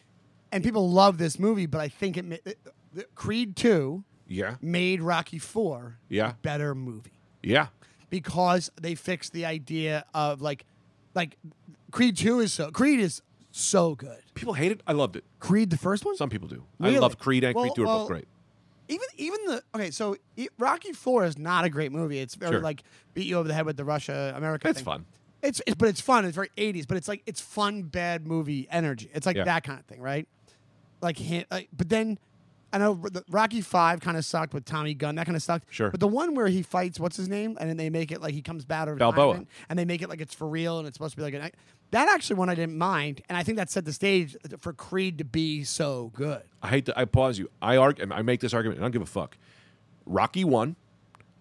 Speaker 3: and people love this movie, but I think it, ma- it Creed Two
Speaker 2: Yeah.
Speaker 3: made Rocky Four
Speaker 2: Yeah.
Speaker 3: a better movie.
Speaker 2: Yeah.
Speaker 3: because they fixed the idea of like like Creed 2 is so Creed is so good.
Speaker 2: People hate it. I loved it.
Speaker 3: Creed the first one?
Speaker 2: Some people do. I
Speaker 3: Really?
Speaker 2: love Creed and Creed
Speaker 3: Well,
Speaker 2: 2 are
Speaker 3: well,
Speaker 2: both great.
Speaker 3: Even even the Okay, so e- Rocky 4 is not a great movie. It's very
Speaker 2: Sure.
Speaker 3: like beat you over the head with the Russia America
Speaker 2: It's
Speaker 3: thing.
Speaker 2: fun.
Speaker 3: It's, it's but it's fun. It's very 80s, but it's like it's fun bad movie energy. It's like
Speaker 2: Yeah.
Speaker 3: that kind of thing, right? Like, hint, like but then I know R- the- Rocky 5 kind of sucked with Tommy Gunn. That kind of sucked.
Speaker 2: Sure.
Speaker 3: But the one where he fights what's his name and then they make it like he comes back or
Speaker 2: Balboa.
Speaker 3: diamond, and they make it like it's for real and it's supposed to be like an, that actually one I didn't mind and I think that set the stage for Creed to be so good.
Speaker 2: I hate to, I pause you. I argue, and I make this argument, and I don't give a fuck. Rocky 1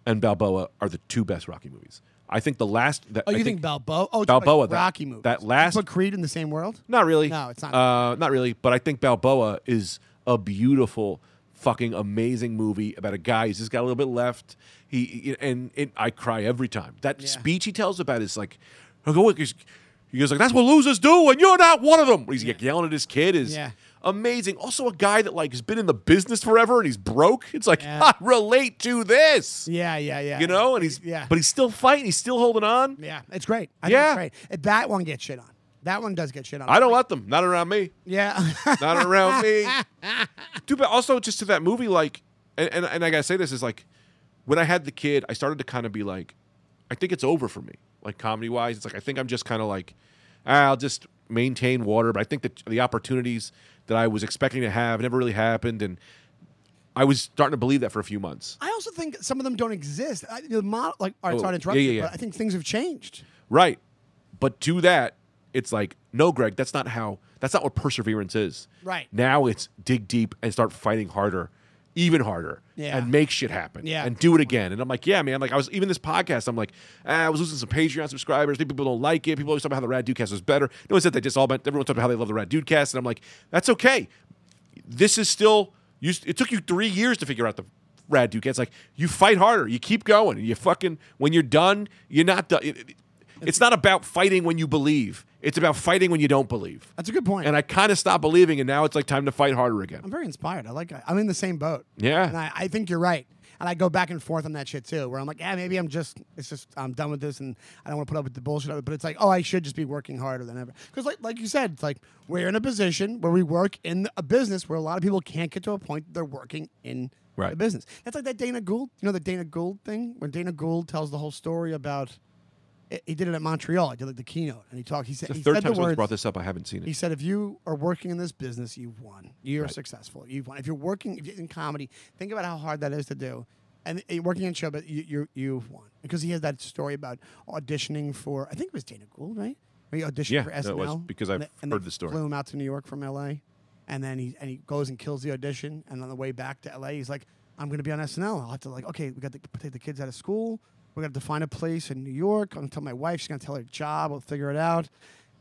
Speaker 2: and Balboa are the two best Rocky movies. I think the last. That,
Speaker 3: Oh,
Speaker 2: I
Speaker 3: you think, Balboa? Oh, it's
Speaker 2: Balboa,
Speaker 3: like
Speaker 2: that-
Speaker 3: Rocky movie.
Speaker 2: that last-
Speaker 3: put Creed in the same world?
Speaker 2: Not really.
Speaker 3: No, it's not.
Speaker 2: Uh, not really. But I think Balboa is a beautiful, fucking amazing movie about a guy who's just got a little bit left. He- He and it, I cry every time. That
Speaker 3: Yeah.
Speaker 2: speech he tells about is like, I go, "Look," he's- he goes like, "That's what losers do, and you're not one of them." He's like yelling at his kid is
Speaker 3: Yeah.
Speaker 2: amazing. Also, a guy that like has been in the business forever and he's broke. It's like
Speaker 3: Yeah.
Speaker 2: I relate to this,
Speaker 3: Yeah, yeah, yeah.
Speaker 2: you know. And he's
Speaker 3: yeah,
Speaker 2: but he's still fighting. He's still holding on.
Speaker 3: yeah, it's great. I
Speaker 2: Yeah.
Speaker 3: think it's great. Uh, That one gets shit on. That one does get shit on.
Speaker 2: I don't let them. Not around me.
Speaker 3: Yeah.
Speaker 2: not around me. Dude, but also just to that movie, like, and, and, and I gotta say this is like, when I had the kid, I started to kind of be like, I think it's over for me, like comedy wise. It's like I think I'm just kind of like, ah, I'll just maintain water, but I think that the opportunities that I was expecting to have never really happened, and I was starting to believe that for a few months.
Speaker 3: I also think some of them don't exist. I, the model, like, all right,
Speaker 2: Oh,
Speaker 3: sorry to
Speaker 2: yeah,
Speaker 3: interrupt you,
Speaker 2: yeah,
Speaker 3: but
Speaker 2: yeah.
Speaker 3: I think things have changed.
Speaker 2: Right. But to that, it's like, no, Greg, that's not how, that's not what perseverance is.
Speaker 3: Right.
Speaker 2: Now it's dig deep and start fighting harder, even harder,
Speaker 3: Yeah.
Speaker 2: and make shit happen.
Speaker 3: Yeah.
Speaker 2: And do it again. And I'm like, yeah, man. Like, I was, even this podcast, I'm like, ah, I was losing some Patreon subscribers. People don't like it. People always talk about how the Rad Dudecast was better. No one said that. Just all about, everyone talked about how they love the Rad Dudecast. And I'm like, that's okay. This is still, you, s- it took you three years to figure out the Rad Dudecast. It's like, you fight harder. You keep going. You fucking, when you're done, you're not done. It- it- it's not about fighting when you believe. It's about fighting when you don't believe.
Speaker 3: That's a good point.
Speaker 2: And I kind of stopped believing, and now it's like time to fight harder again.
Speaker 3: I'm very inspired. I like. I'm in the same boat.
Speaker 2: Yeah.
Speaker 3: and I, I think you're right. And I go back and forth on that shit too, where I'm like, yeah, maybe I'm just, it's just, I'm done with this, and I don't want to put up with the bullshit of it. But it's like, oh, I should just be working harder than ever, because like, like you said, it's like we're in a position where we work in a business where a lot of people can't get to a point that they're working in
Speaker 2: Right.
Speaker 3: the business. That's like that Dana Gould, you know, the Dana Gould thing, where Dana Gould tells the whole story about. He did it at Montreal. He did like the keynote, and he talked. He said
Speaker 2: The
Speaker 3: he
Speaker 2: third
Speaker 3: said
Speaker 2: time
Speaker 3: the
Speaker 2: someone's
Speaker 3: words,
Speaker 2: brought this up, I haven't seen it.
Speaker 3: he said, if you are working in this business, you've won. You're successful. You've won. If you're working if you're in comedy, think about how hard that is to do. And uh, working in show, but you, you, you've won. Because he has that story about auditioning for, I think it was Dana Gould, right? Where he auditioned
Speaker 2: Yeah,
Speaker 3: for
Speaker 2: no,
Speaker 3: SNL.
Speaker 2: it was, because
Speaker 3: and
Speaker 2: I've
Speaker 3: they- and they
Speaker 2: heard the story.
Speaker 3: flew him out to New York from LA. And then he, and he goes and kills the audition. And on the way back to LA, he's like, I'm going to be on SNL. I'll have to, like, okay, we got to take the kids out of school. We're going to find a place in New York. I'm going to tell my wife. She's going to tell her job. We'll figure it out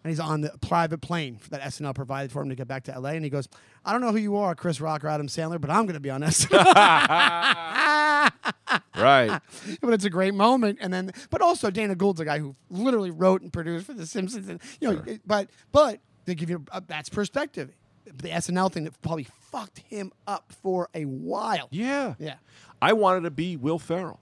Speaker 3: and he's on the private plane that SNL provided for him to get back to LA. And he goes, I don't know who you are, Chris Rock or Adam Sandler, but I'm going to be on SNL.
Speaker 2: right.
Speaker 3: but it's a great moment. And then, but also Dana Gould's a guy who literally wrote and produced for The Simpsons. And, you know, it- but, but they give you, uh, that's perspective. The SNL thing that probably fucked him up for a while.
Speaker 2: Yeah.
Speaker 3: Yeah.
Speaker 2: I wanted to be Will Ferrell.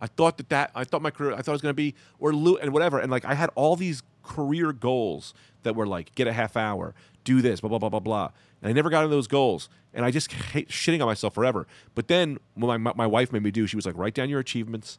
Speaker 2: I thought that that I thought my career I thought it was going to be or Lou and whatever and like I had all these career goals that were like get a half hour, do this, blah blah blah blah blah. And I never got into those goals and I just hate shitting on myself forever. But then when my- my my wife made me do, she was like write down your achievements,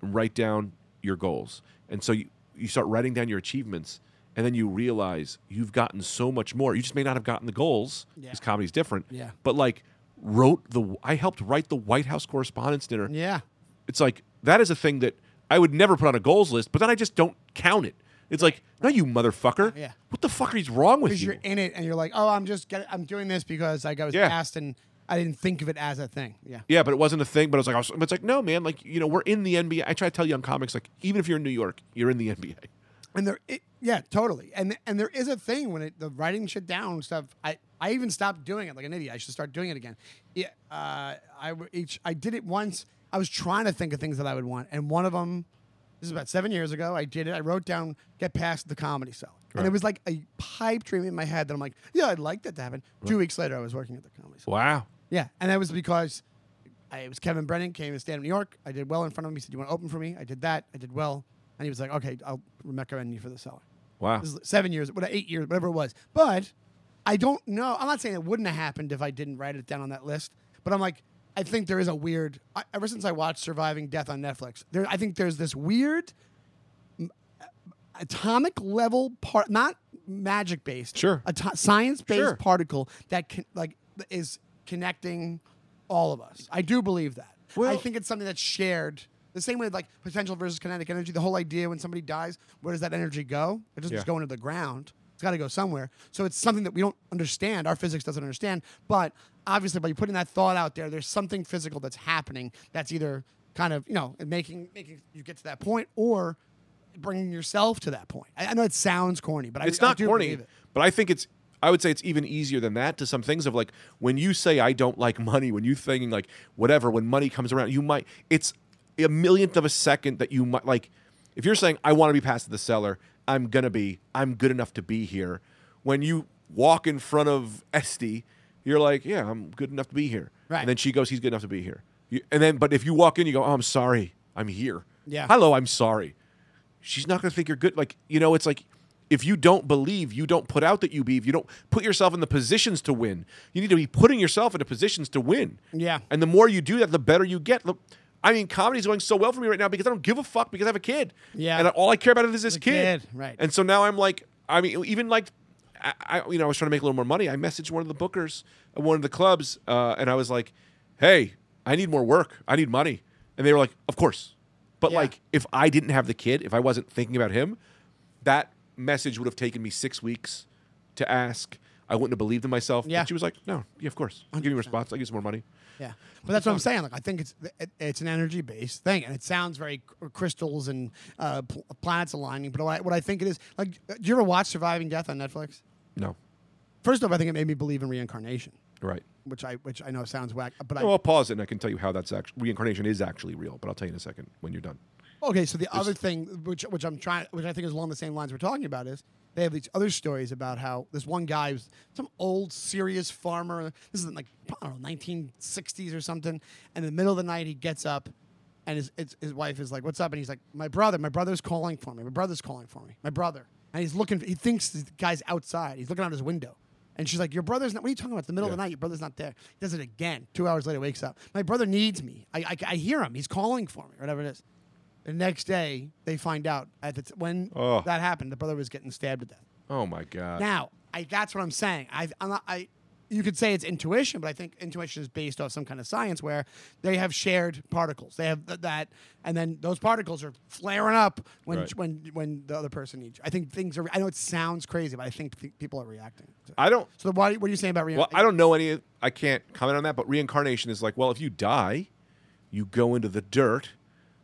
Speaker 2: write down your goals. And so you you start writing down your achievements and then you realize you've gotten so much more. You just may not have gotten the goals
Speaker 3: Yeah.
Speaker 2: because comedy's different.
Speaker 3: Yeah.
Speaker 2: But like wrote the I helped write the White House Correspondents' Dinner.
Speaker 3: Yeah.
Speaker 2: It's like that is a thing that I would never put on a goals list, but then I just don't count it. It's like, no, you motherfucker.
Speaker 3: Yeah.
Speaker 2: What the fuck is wrong with
Speaker 3: because
Speaker 2: you?
Speaker 3: you're in it and you're like, oh, I'm just, get, I'm doing this because like I was
Speaker 2: Yeah.
Speaker 3: asked and I didn't think of it as a thing. Yeah.
Speaker 2: yeah, but it wasn't a thing. But I was like, I was, but it's like, no, man. Like, you know, we're in the NBA. I try to tell young comics, like, even if you're in New York, you're in the NBA.
Speaker 3: And there, it, yeah, totally. And and there is a thing when it, the writing shit down and stuff. I I even stopped doing it like an idiot. I should start doing it again. Yeah, uh, I w- each I did it once. I was trying to think of things that I would want, and one of them, this is about seven years ago. I did it. I wrote down get past the comedy cell, and it was like a pipe dream in my head that I'm like, yeah, I'd like that to happen. Two weeks later, I was working at the comedy cell.
Speaker 2: Wow.
Speaker 3: Yeah, and that was because I, it was Kevin Brennan came and stand up in New York. I did well in front of him. He said, "You want to open for me?" I did that. I did well, and he was like, "Okay, I'll recommend you for the cellar."
Speaker 2: Wow.
Speaker 3: This is seven years, what eight years, whatever it was. But I don't know. I'm not saying it wouldn't have happened if I didn't write it down on that list. But I'm like, I think there is a weird. I, ever since I watched Surviving Death on Netflix, there I think there's this weird m- atomic level part, not magic based,
Speaker 2: Sure.
Speaker 3: ato- science based
Speaker 2: Sure.
Speaker 3: particle that can like is connecting all of us. I do believe that. I
Speaker 2: Well-
Speaker 3: think it's something that's shared. The same way, like potential versus kinetic energy, the whole idea when somebody dies, where does that energy go? It doesn't just
Speaker 2: Yeah.
Speaker 3: go into the ground. It's got to go somewhere. So it's something that we don't understand. Our physics doesn't understand. But obviously, by putting that thought out there, there's something physical that's happening that's either kind of you know making making you get to that point or bringing yourself to that point. I, I know it sounds corny, but I-
Speaker 2: it's
Speaker 3: I,
Speaker 2: not
Speaker 3: do
Speaker 2: corny,
Speaker 3: believe it.
Speaker 2: but I think it's. I would say it's even easier than that to some things of like when you say I don't like money, when you thinking like whatever, when money comes around, you might it's a millionth of a second that you might like. If you're saying I want to be past the seller, I'm gonna be, I'm good enough to be here. When you walk in front of Esty, you're like, yeah, I'm good enough to be here.
Speaker 3: Right.
Speaker 2: And then she goes, he's good enough to be here. You, and then, but if you walk in, you go, oh, I'm sorry, I'm here.
Speaker 3: Yeah.
Speaker 2: Hello, I'm sorry she's not going to think you're good. Like, you know, it's like if you don't believe, you don't put out that you believe, you don't put yourself in the positions to win. You need to be putting yourself into positions to win.
Speaker 3: Yeah.
Speaker 2: And the more you do that, the better you get. Look, I mean, comedy's going so well for me right now because I don't give a fuck because I have a kid.
Speaker 3: Yeah.
Speaker 2: And all I care about is this kid.
Speaker 3: kid, right.
Speaker 2: And so now I'm like, I mean, even like, I, I you know, I was trying to make a little more money. I messaged one of the bookers at one of the clubs, uh, and I was like, hey, I need more work. I need money. And they were like, of course. But
Speaker 3: Yeah.
Speaker 2: like, if I didn't have the kid, if I wasn't thinking about him, that message would have taken me six weeks to ask. I wouldn't have believed in myself.
Speaker 3: Yeah.
Speaker 2: But she was like, no, yeah, of course. I'll give you a response. I'll give you some more money.
Speaker 3: Yeah, but that's what I'm saying. Like, I think it's it- it's an energy based thing, and it sounds very cr- crystals and uh, pl- planets aligning. But what I, what I think it is, like, uh, do you ever watch Surviving Death on Netflix?
Speaker 2: No.
Speaker 3: First off, I think it made me believe in reincarnation,
Speaker 2: Right.
Speaker 3: which I which I know sounds whack, but
Speaker 2: Well, I'll pause it and I can tell you how that's actually reincarnation is actually real, but I'll tell you in a second when you're done.
Speaker 3: I okay. So the other thing, which which I'm trying, which I think is along the same lines we're talking about, is they have these other stories about how this one guy was some old serious farmer. This is like I don't know, 1960s or something. And in the middle of the night, he gets up and his, his, his wife is like, "What's up?" And he's like, "My brother, my brother's calling for me. My brother's calling for me. My brother." And he's looking. He thinks the guy's outside. He's looking out his window, and she's like, "Your brother's not. What are you talking about? It's the middle of the
Speaker 2: Yeah.
Speaker 3: night. Your brother's not there." He does it again. Two hours later, wakes up. My brother needs me. I, I, I hear him. He's calling for me. Whatever it is. The next day, they find out at the t- when
Speaker 2: Oh.
Speaker 3: that happened, the brother was getting stabbed to death.
Speaker 2: Oh my God.
Speaker 3: Now, I, that's what I'm saying. I, I'm not, I, you could say it's intuition, but I think intuition is based off some kind of science where they have shared particles. They have th- that, and then those particles are flaring up when
Speaker 2: Right.
Speaker 3: when when the other person needs. you. I think things are. I know it sounds crazy, but I think th- people are reacting. To it.
Speaker 2: I don't
Speaker 3: So why, what are you saying about
Speaker 2: Well,
Speaker 3: reincarnation?
Speaker 2: I don't know any. I can't comment on that. But reincarnation is like, well, if you die, you go into the dirt,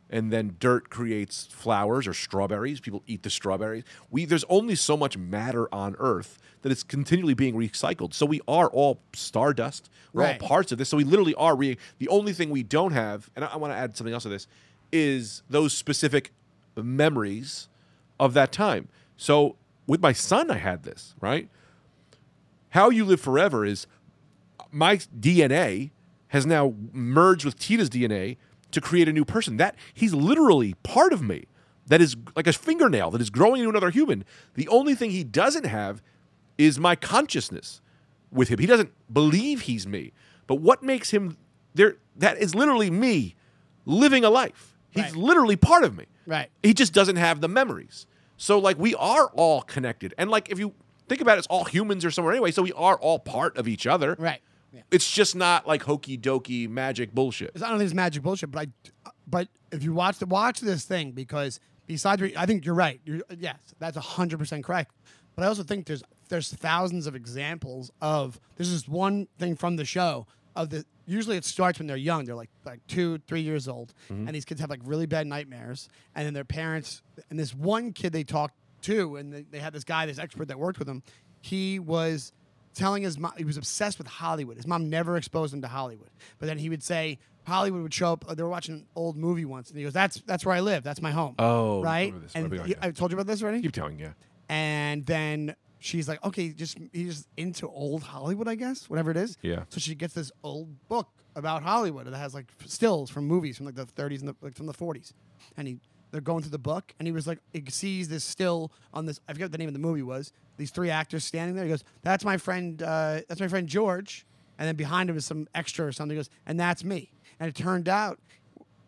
Speaker 2: and then dirt creates flowers or strawberries. People eat the strawberries. We there's only so much matter on Earth that it's continually being recycled. So we are all stardust. We're
Speaker 3: Right.
Speaker 2: all parts of this. So we literally are. Re- the only thing we don't have, and I, I want to add something else to this, is those specific memories of that time. So with my son, I had this right how you live forever is my DNA has now merged with Tita's DNA to create a new person. That he's literally part of me. That is like a fingernail that is growing into another human. The only thing he doesn't have is my consciousness with him. He doesn't believe he's me. But what makes him there that is literally me living a life. He's
Speaker 3: Right.
Speaker 2: literally part of me.
Speaker 3: Right.
Speaker 2: He just doesn't have the memories. So like we are all connected. And like if you think about it, it's all humans or somewhere anyway, so we are all part of each other.
Speaker 3: Right. Yeah.
Speaker 2: It's just not like hokey dokey magic bullshit.
Speaker 3: It's- I don't think it's magic bullshit, but I, but if you watch the watch this thing because besides, re- I think you're right. You're, yes, that's hundred percent correct. But I also think there's there's thousands of examples of there's this one thing from the show of the usually it starts when they're young. They're like like two, three years old, and these kids have like really bad nightmares, and then their parents and this one kid they talked to, and they, they had this guy, this expert that worked with him. He was telling his mom he was obsessed with Hollywood. His mom never exposed him to Hollywood, but then he would say Hollywood would show up. They were watching an old movie once, and he goes, "That's that's where I live. That's my home."
Speaker 2: Oh,
Speaker 3: right.
Speaker 2: remember this.
Speaker 3: And
Speaker 2: Remember,
Speaker 3: he-
Speaker 2: yeah.
Speaker 3: I told you about this already.
Speaker 2: Keep telling you.
Speaker 3: And then she's like, "Okay, just he's into old Hollywood, I guess, whatever it is."
Speaker 2: Yeah.
Speaker 3: So she gets this old book about Hollywood that has like stills from movies from like the 30s and the, like from the 40s, and he they're going through the book, and he was like, he sees this still on this. I forget what the name of the movie was. These three actors standing there. He goes, "That's my friend. Uh, that's my friend George." And then behind him is some extra or something. He goes, "And that's me." And it turned out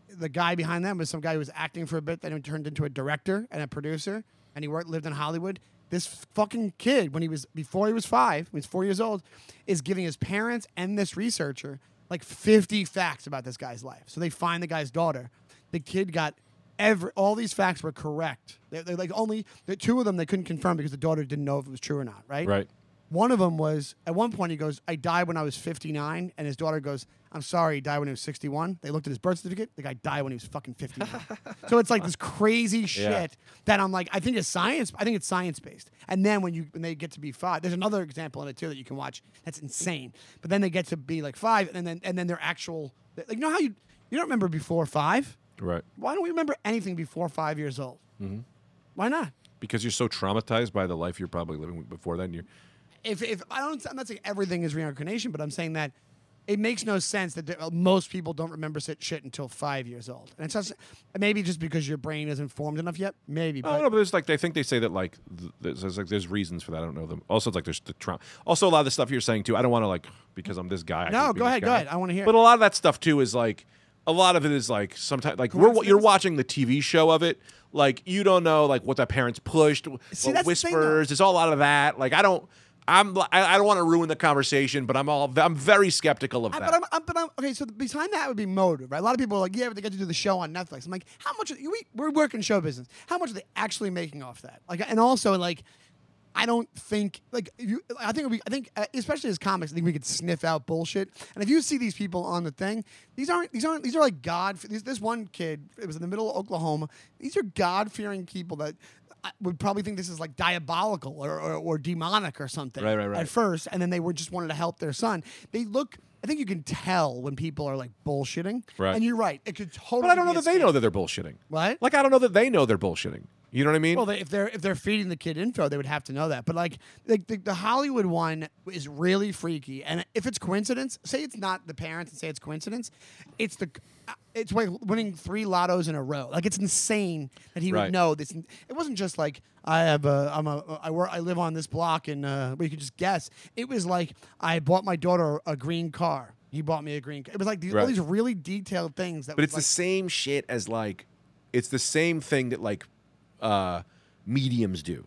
Speaker 3: the guy behind them was some guy who was acting for a bit, then he turned into a director and a producer, and he worked lived in Hollywood. This fucking kid, when he was before he was five, when he was four years old, is giving his parents and this researcher like fifty facts about this guy's life. So they find the guy's daughter. The kid got every all these facts were correct. They, they like only the two of them they couldn't confirm because the daughter didn't know if it was true or not. Right.
Speaker 2: Right.
Speaker 3: One of them was at one point he goes, "I died when I was 59," and his daughter goes, "I'm sorry, he died when he was 61." They looked at his birth certificate. The guy died when he was fucking 59. so it's like this crazy shit that I'm like, I think it's science. I think it's science based. And then when you when they get to be five, there's another example in it too that you can watch. That's insane. But then they get to be like five, and then and then their actual like you know how you you don't remember before five.
Speaker 2: Right.
Speaker 3: Why don't we remember anything before five years old? Mm-hmm. Why not?
Speaker 2: Because you're so traumatized by the life you're probably living before then. You're
Speaker 3: if if I don't, I'm not saying everything is reincarnation, but I'm saying that it makes no sense that the, uh, most people don't remember sit- shit until five years old, and it's just maybe just because your brain isn't formed enough yet. Maybe,
Speaker 2: Oh
Speaker 3: but
Speaker 2: no, but there's like they think they say that like th- there's, there's, like there's reasons for that. I don't know them. Also, it's like there's the trauma. Also, a lot of the stuff you're saying too. I don't want to like because I'm this guy. I
Speaker 3: No,
Speaker 2: can't be
Speaker 3: go
Speaker 2: this
Speaker 3: ahead, go
Speaker 2: guy.
Speaker 3: ahead. I wanna hear
Speaker 2: But
Speaker 3: it.
Speaker 2: a lot of that stuff too is like a lot of it is like sometimes like
Speaker 3: Who
Speaker 2: we're
Speaker 3: wants
Speaker 2: you're
Speaker 3: this?
Speaker 2: watching the TV show of it. Like you don't know like what the parents pushed,
Speaker 3: See,
Speaker 2: what
Speaker 3: that's the thing, though.
Speaker 2: whispers. It's all a lot of that. Like I don't. I'm li- I, I don't want to ruin the conversation, but I'm all I'm very skeptical of
Speaker 3: I-
Speaker 2: that.
Speaker 3: but I'm, I'm, but I'm okay. So the, behind that would be motive, right? A lot of people are like, yeah, but they got to do the show on Netflix. I'm like, how much? We we're working show business. How much are they actually making off that? Like, and also like, I don't think like if you. I think we. I think uh, especially as comics, I think we could sniff out bullshit. And if you see these people on the thing, these aren't these aren't these are like God. This, this one kid, it was in the middle of Oklahoma. These are God fearing people that. uh, Would probably think this is like diabolical or, or, or demonic or something
Speaker 2: Right, right, right.
Speaker 3: at first, and then they were just wanted to help their son. They look. I think you can tell when people are like bullshitting.
Speaker 2: Right.
Speaker 3: And you're right. It could totally.
Speaker 2: But I don't
Speaker 3: be
Speaker 2: know
Speaker 3: a
Speaker 2: that they
Speaker 3: scam.
Speaker 2: know that they're bullshitting.
Speaker 3: What?
Speaker 2: Like I don't know that they know they're bullshitting. You know what I mean?
Speaker 3: Well, they, if they're if they're feeding the kid info, they would have to know that. But like, like the, the Hollywood one is really freaky. And if it's coincidence, say it's not the parents, and say it's coincidence, it's the uh, it's like winning three lottos in a row. Like it's insane that he
Speaker 2: Right.
Speaker 3: would know this. It wasn't just like I have a I'm a I work I live on this block and uh, where you could just guess. It was like I bought my daughter a green car. He bought me a green. car. It was like these, all
Speaker 2: Right.
Speaker 3: these really detailed things that.
Speaker 2: But
Speaker 3: was
Speaker 2: it's the
Speaker 3: like-
Speaker 2: same shit as like, it's the same thing that like, uh, mediums do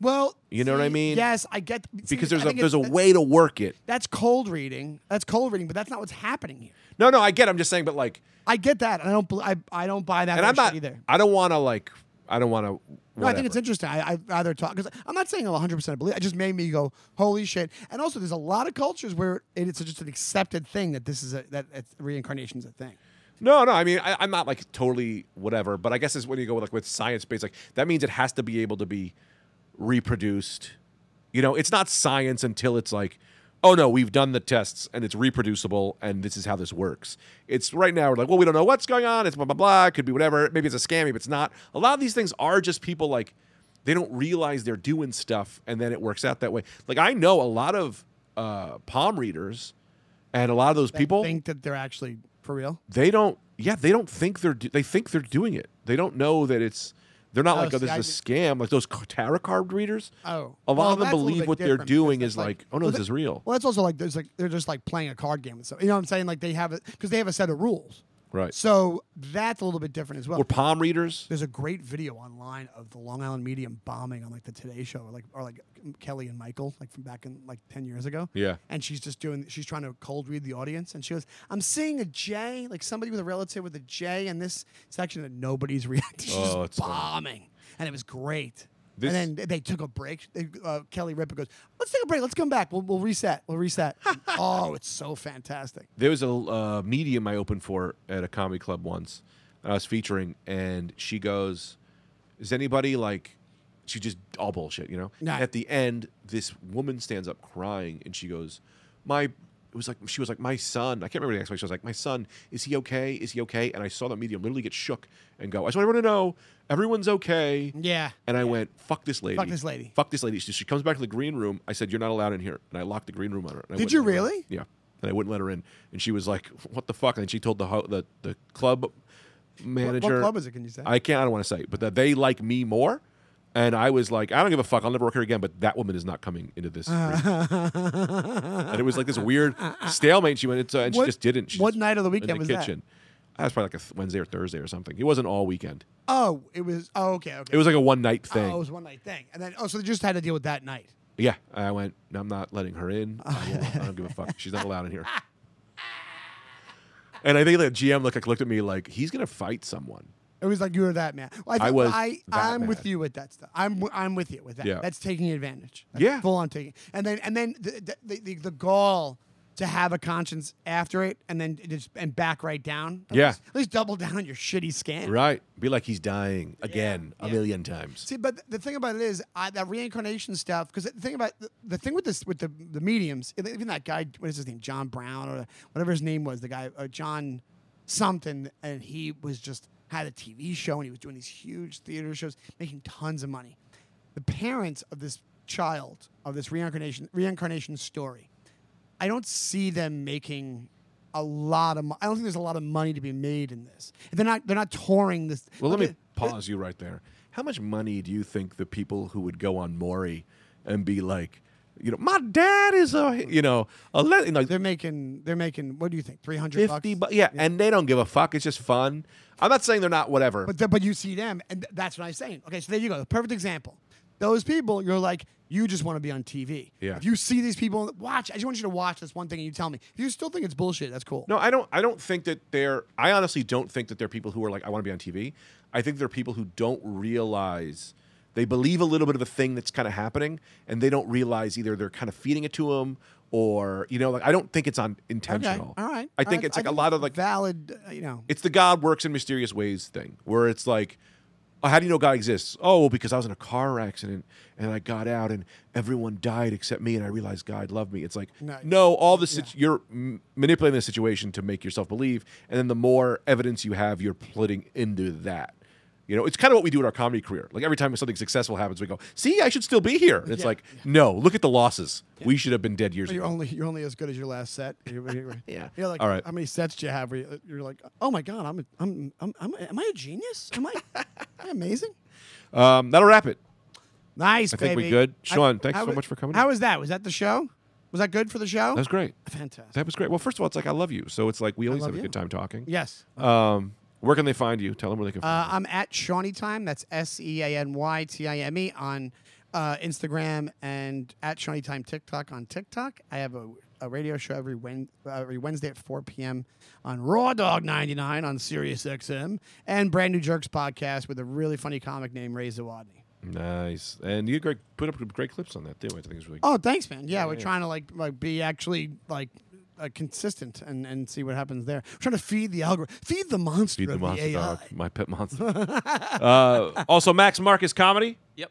Speaker 3: well,
Speaker 2: You know what I
Speaker 3: see,
Speaker 2: mean?
Speaker 3: Yes, I get see,
Speaker 2: because
Speaker 3: I
Speaker 2: there's a
Speaker 3: think it-
Speaker 2: there's a
Speaker 3: that-
Speaker 2: way to work it.
Speaker 3: That's cold reading. That's cold reading, but that's not what's happening here.
Speaker 2: No, no, I get. I'm just saying, but like,
Speaker 3: I get that, and I don't. bel- I, I don't buy that
Speaker 2: and I'm
Speaker 3: bullshit
Speaker 2: not.
Speaker 3: either.
Speaker 2: I don't want to like. I don't want to.
Speaker 3: No, I think it's interesting. I, I'd rather talk because I'm not saying I'll 100 percent believe. It just made me go, "Holy shit!" And also, there's a lot of cultures where it- it's just an accepted thing that this is a that it's, reincarnation is a thing.
Speaker 2: No, no. I mean, I, I'm not like totally whatever, but I guess it's when you go like with science based, like that means it has to be able to be reproduced. You know, it's not science until it's like, oh no, we've done the tests and it's reproducible and this is how this works. It's right now we're like, well, we don't know what's going on. It's blah blah blah. It could be whatever. Maybe it's a scammy, but it's not. A lot of these things are just people like they don't realize they're doing stuff and then it works out that way. Like I know a lot of uh, palm readers and a lot of those
Speaker 3: That
Speaker 2: people
Speaker 3: think that they're actually for real.
Speaker 2: they don't yeah they don't think they're do- they think they're doing it they don't know that it's they're not
Speaker 3: Oh,
Speaker 2: like oh
Speaker 3: see,
Speaker 2: this
Speaker 3: I
Speaker 2: is a scam like those ca- tarot card readers
Speaker 3: Oh,
Speaker 2: a lot
Speaker 3: Well,
Speaker 2: of them
Speaker 3: that's a little
Speaker 2: believe
Speaker 3: bit
Speaker 2: what they're
Speaker 3: different,
Speaker 2: doing
Speaker 3: because
Speaker 2: is
Speaker 3: that's
Speaker 2: like, oh no
Speaker 3: well,
Speaker 2: this
Speaker 3: that-
Speaker 2: is real
Speaker 3: Well, that's also like there's like they're just like playing a card game and stuff. You know what I'm saying? Like they have it because they have a set of rules.
Speaker 2: right
Speaker 3: So that's a little bit different as well.
Speaker 2: or palm readers
Speaker 3: There's a great video online of the Long Island Medium bombing on like the Today Show, or like or like Kelly and Michael, like from back in like ten years ago.
Speaker 2: Yeah.
Speaker 3: And she's just doing, she's trying to cold read the audience, and she goes, "I'm seeing a J, like somebody with a relative with a J in this section that nobody's reacting. She's
Speaker 2: Oh, it's
Speaker 3: just
Speaker 2: funny.
Speaker 3: bombing, and it was great."
Speaker 2: This-
Speaker 3: and then they took a break. They, uh, Kelly Ripa goes, "Let's take a break. Let's come back. We'll, we'll reset. We'll reset." oh, it's so fantastic.
Speaker 2: there was a uh, medium I opened for at a comedy club once, and I was featuring, and she goes, "Is anybody like?" She just all bullshit, you know.
Speaker 3: No.
Speaker 2: At the end, this woman stands up crying, and she goes, "My." It was like she was like my son. I can't remember the next one. She was like my son. Is he okay? Is he okay? And I saw that medium literally get shook and go. I just want everyone to know everyone's okay.
Speaker 3: Yeah.
Speaker 2: And I went, fuck this lady.
Speaker 3: Fuck this lady.
Speaker 2: Fuck this lady. She, she comes back to the green room. I said, you're not allowed in here. And I locked the green room on her. and I wouldn't
Speaker 3: Did you
Speaker 2: let her in.
Speaker 3: really?
Speaker 2: Yeah. And I wouldn't let her in. And she was like, what the fuck? And she told the ho- the, the club manager.
Speaker 3: club is it, can you say?
Speaker 2: I can't, I don't want to say, but that they like me more. And I was like, I don't give a fuck. I'll never work here again. But that woman is not coming into this. room. and it was like this weird stalemate. She went into, and
Speaker 3: What-
Speaker 2: she just didn't. She
Speaker 3: what
Speaker 2: just-
Speaker 3: night of the
Speaker 2: in
Speaker 3: weekend was
Speaker 2: the
Speaker 3: that?
Speaker 2: kitchen. That? was probably like a th- Wednesday or Thursday or something. It wasn't all weekend.
Speaker 3: Oh, it was. Oh, okay, okay.
Speaker 2: It was like a one night thing.
Speaker 3: Oh, it was one night thing, and then oh, so they just had to deal with that night.
Speaker 2: Yeah, I went. "No, I'm not letting her in. I, won't- I don't give a fuck. She's not allowed in here. And I think that GM looked like looked at me like he's gonna fight someone.
Speaker 3: It was like you were that man. Well,
Speaker 2: I
Speaker 3: think
Speaker 2: was
Speaker 3: I,
Speaker 2: that
Speaker 3: I'm with
Speaker 2: man.
Speaker 3: you with that stuff. I'm w- I'm with you with that.
Speaker 2: Yeah.
Speaker 3: That's taking advantage. That's
Speaker 2: Yeah.
Speaker 3: Full on taking. And then and then the the, the, the gall to have a conscience after it and then it just and back right down. At
Speaker 2: Yeah.
Speaker 3: Least, at least double down on your shitty scan.
Speaker 2: Right? Be like he's dying again a
Speaker 3: yeah.
Speaker 2: million times.
Speaker 3: See, but the thing about it is I, that reincarnation stuff. Because the thing about the, the thing with this with the, the mediums, even that guy, what is his name, John Brown or whatever his name was, the guy uh, John something, and he was just had a TV show and he was doing these huge theater shows, making tons of money. The parents of this child of this reincarnation reincarnation story, I don't see them making. A lot of, mo- I don't think there's a lot of money to be made in this. They're not, they're not touring this.
Speaker 2: Well, let
Speaker 3: Look
Speaker 2: me
Speaker 3: at-
Speaker 2: pause you right there. How much money do you think the people who would go on Maury and be like, you know, my dad is a, you know, a le- you know,
Speaker 3: They're making they're making what do you think? Three hundred bucks.
Speaker 2: fifty, bu- yeah, and they don't give a fuck. It's just fun. I'm not saying they're not whatever.
Speaker 3: But th- but you see them, and th- that's what I'm saying. Okay, so there you go. The perfect example. Those people, you're like, You just want to be on TV.
Speaker 2: Yeah.
Speaker 3: If you see these people, watch. I just want you to watch this one thing and you tell me. If you still think it's bullshit, that's cool.
Speaker 2: No, I don't. I don't think that they're. I honestly don't think that they're people who are like, I want to be on TV. I think they're people who don't realize they believe a little bit of a thing that's kind of happening, and they don't realize either they're kind of feeding it to them or you know, like I don't think it's on intentional.
Speaker 3: All right.
Speaker 2: I
Speaker 3: All
Speaker 2: think
Speaker 3: right.
Speaker 2: it's like a lot of like
Speaker 3: valid. uh, You know.
Speaker 2: it's the God works in mysterious ways thing, where it's like, oh, how do you know God exists? Oh, well, because I was in a car accident and I got out and everyone died except me, and I realized God loved me. It's like,
Speaker 3: No.
Speaker 2: no, all the sit- you're m- manipulating the situation to make yourself believe, and then the more evidence you have, you're putting into that. You know, it's kind of what we do in our comedy career. Like every time something successful happens, we go, "See, I should still be here." And it's
Speaker 3: Yeah. Oh,
Speaker 2: like, no, look at the losses. We should have been dead years
Speaker 3: You're
Speaker 2: ago.
Speaker 3: only you're only as good as your last set. You're- you're-
Speaker 2: Yeah.
Speaker 3: You're like,
Speaker 2: All right.
Speaker 3: How many sets do you have? Where you- you're like, oh my god, I'm a, I'm, I'm, I'm am I a genius? Am I, am I amazing?
Speaker 2: Um, that'll wrap it.
Speaker 3: Nice,
Speaker 2: I think we
Speaker 3: baby.
Speaker 2: good. Sean, thanks
Speaker 3: how
Speaker 2: so
Speaker 3: wa-
Speaker 2: much for coming
Speaker 3: How
Speaker 2: in.
Speaker 3: was that? Was that the show? Was that good for the show?
Speaker 2: That was great.
Speaker 3: fantastic.
Speaker 2: That was great. Well, first of all, it's like I love you, so it's like we always
Speaker 3: love
Speaker 2: have a
Speaker 3: you.
Speaker 2: good time talking.
Speaker 3: yes.
Speaker 2: Um, where can they find you? Tell them where they can
Speaker 3: Uh,
Speaker 2: find
Speaker 3: I'm at Shawnee Time. That's S E A N Y T I M E on uh, Instagram and at Shawnee Time TikTok on TikTok. I have a, a radio show every, Wen- uh, every Wednesday at 4 p.m. on Raw Dog 99 on Sirius XM and Brand New Jerks podcast with a really funny comic named Ray Zawadny.
Speaker 2: you. Nice. And you great, put up great clips on that too. I think it's really.
Speaker 3: Oh, thanks, man. Yeah, we're trying to like like be actually like uh, consistent and and see what happens there. We're trying to feed the algorithm, feed the monster
Speaker 2: Feed
Speaker 3: of
Speaker 2: the monster
Speaker 3: the AI.
Speaker 2: dog, my pet monster. uh, also, Max Marcus comedy.
Speaker 9: Yep.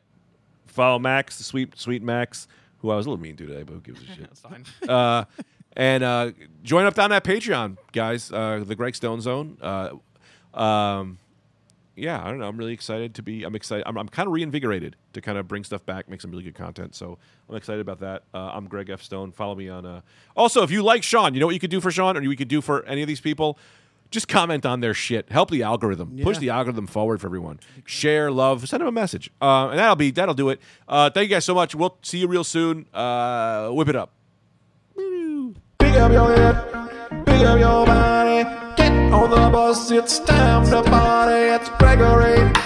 Speaker 2: Follow Max, the sweet sweet Max, who I was a little mean to today, but who gives a shit.
Speaker 9: That's fine.
Speaker 2: uh, and uh, join up on that Patreon, guys. Uh, the Greg Stone Zone. Uh, um, yeah, I don't know. I'm really excited to be. I'm excited. I'm, I'm kind of reinvigorated to kind of bring stuff back, make some really good content. So I'm excited about that. Uh, I'm Greg F. Stone. Follow me on. Uh, also, if you like Sean, you know what you could do for Sean, or you could do for any of these people. Just comment on their shit. Help the algorithm. Push
Speaker 3: Yeah.
Speaker 2: the algorithm forward for everyone. Share, love, send them a message, uh, and that'll be that'll do it. Uh, thank you guys so much. We'll see you real soon. Uh, whip it up.
Speaker 1: Pick up your head, pick up your body. Get on the bus, it's time to party. It's Gregory.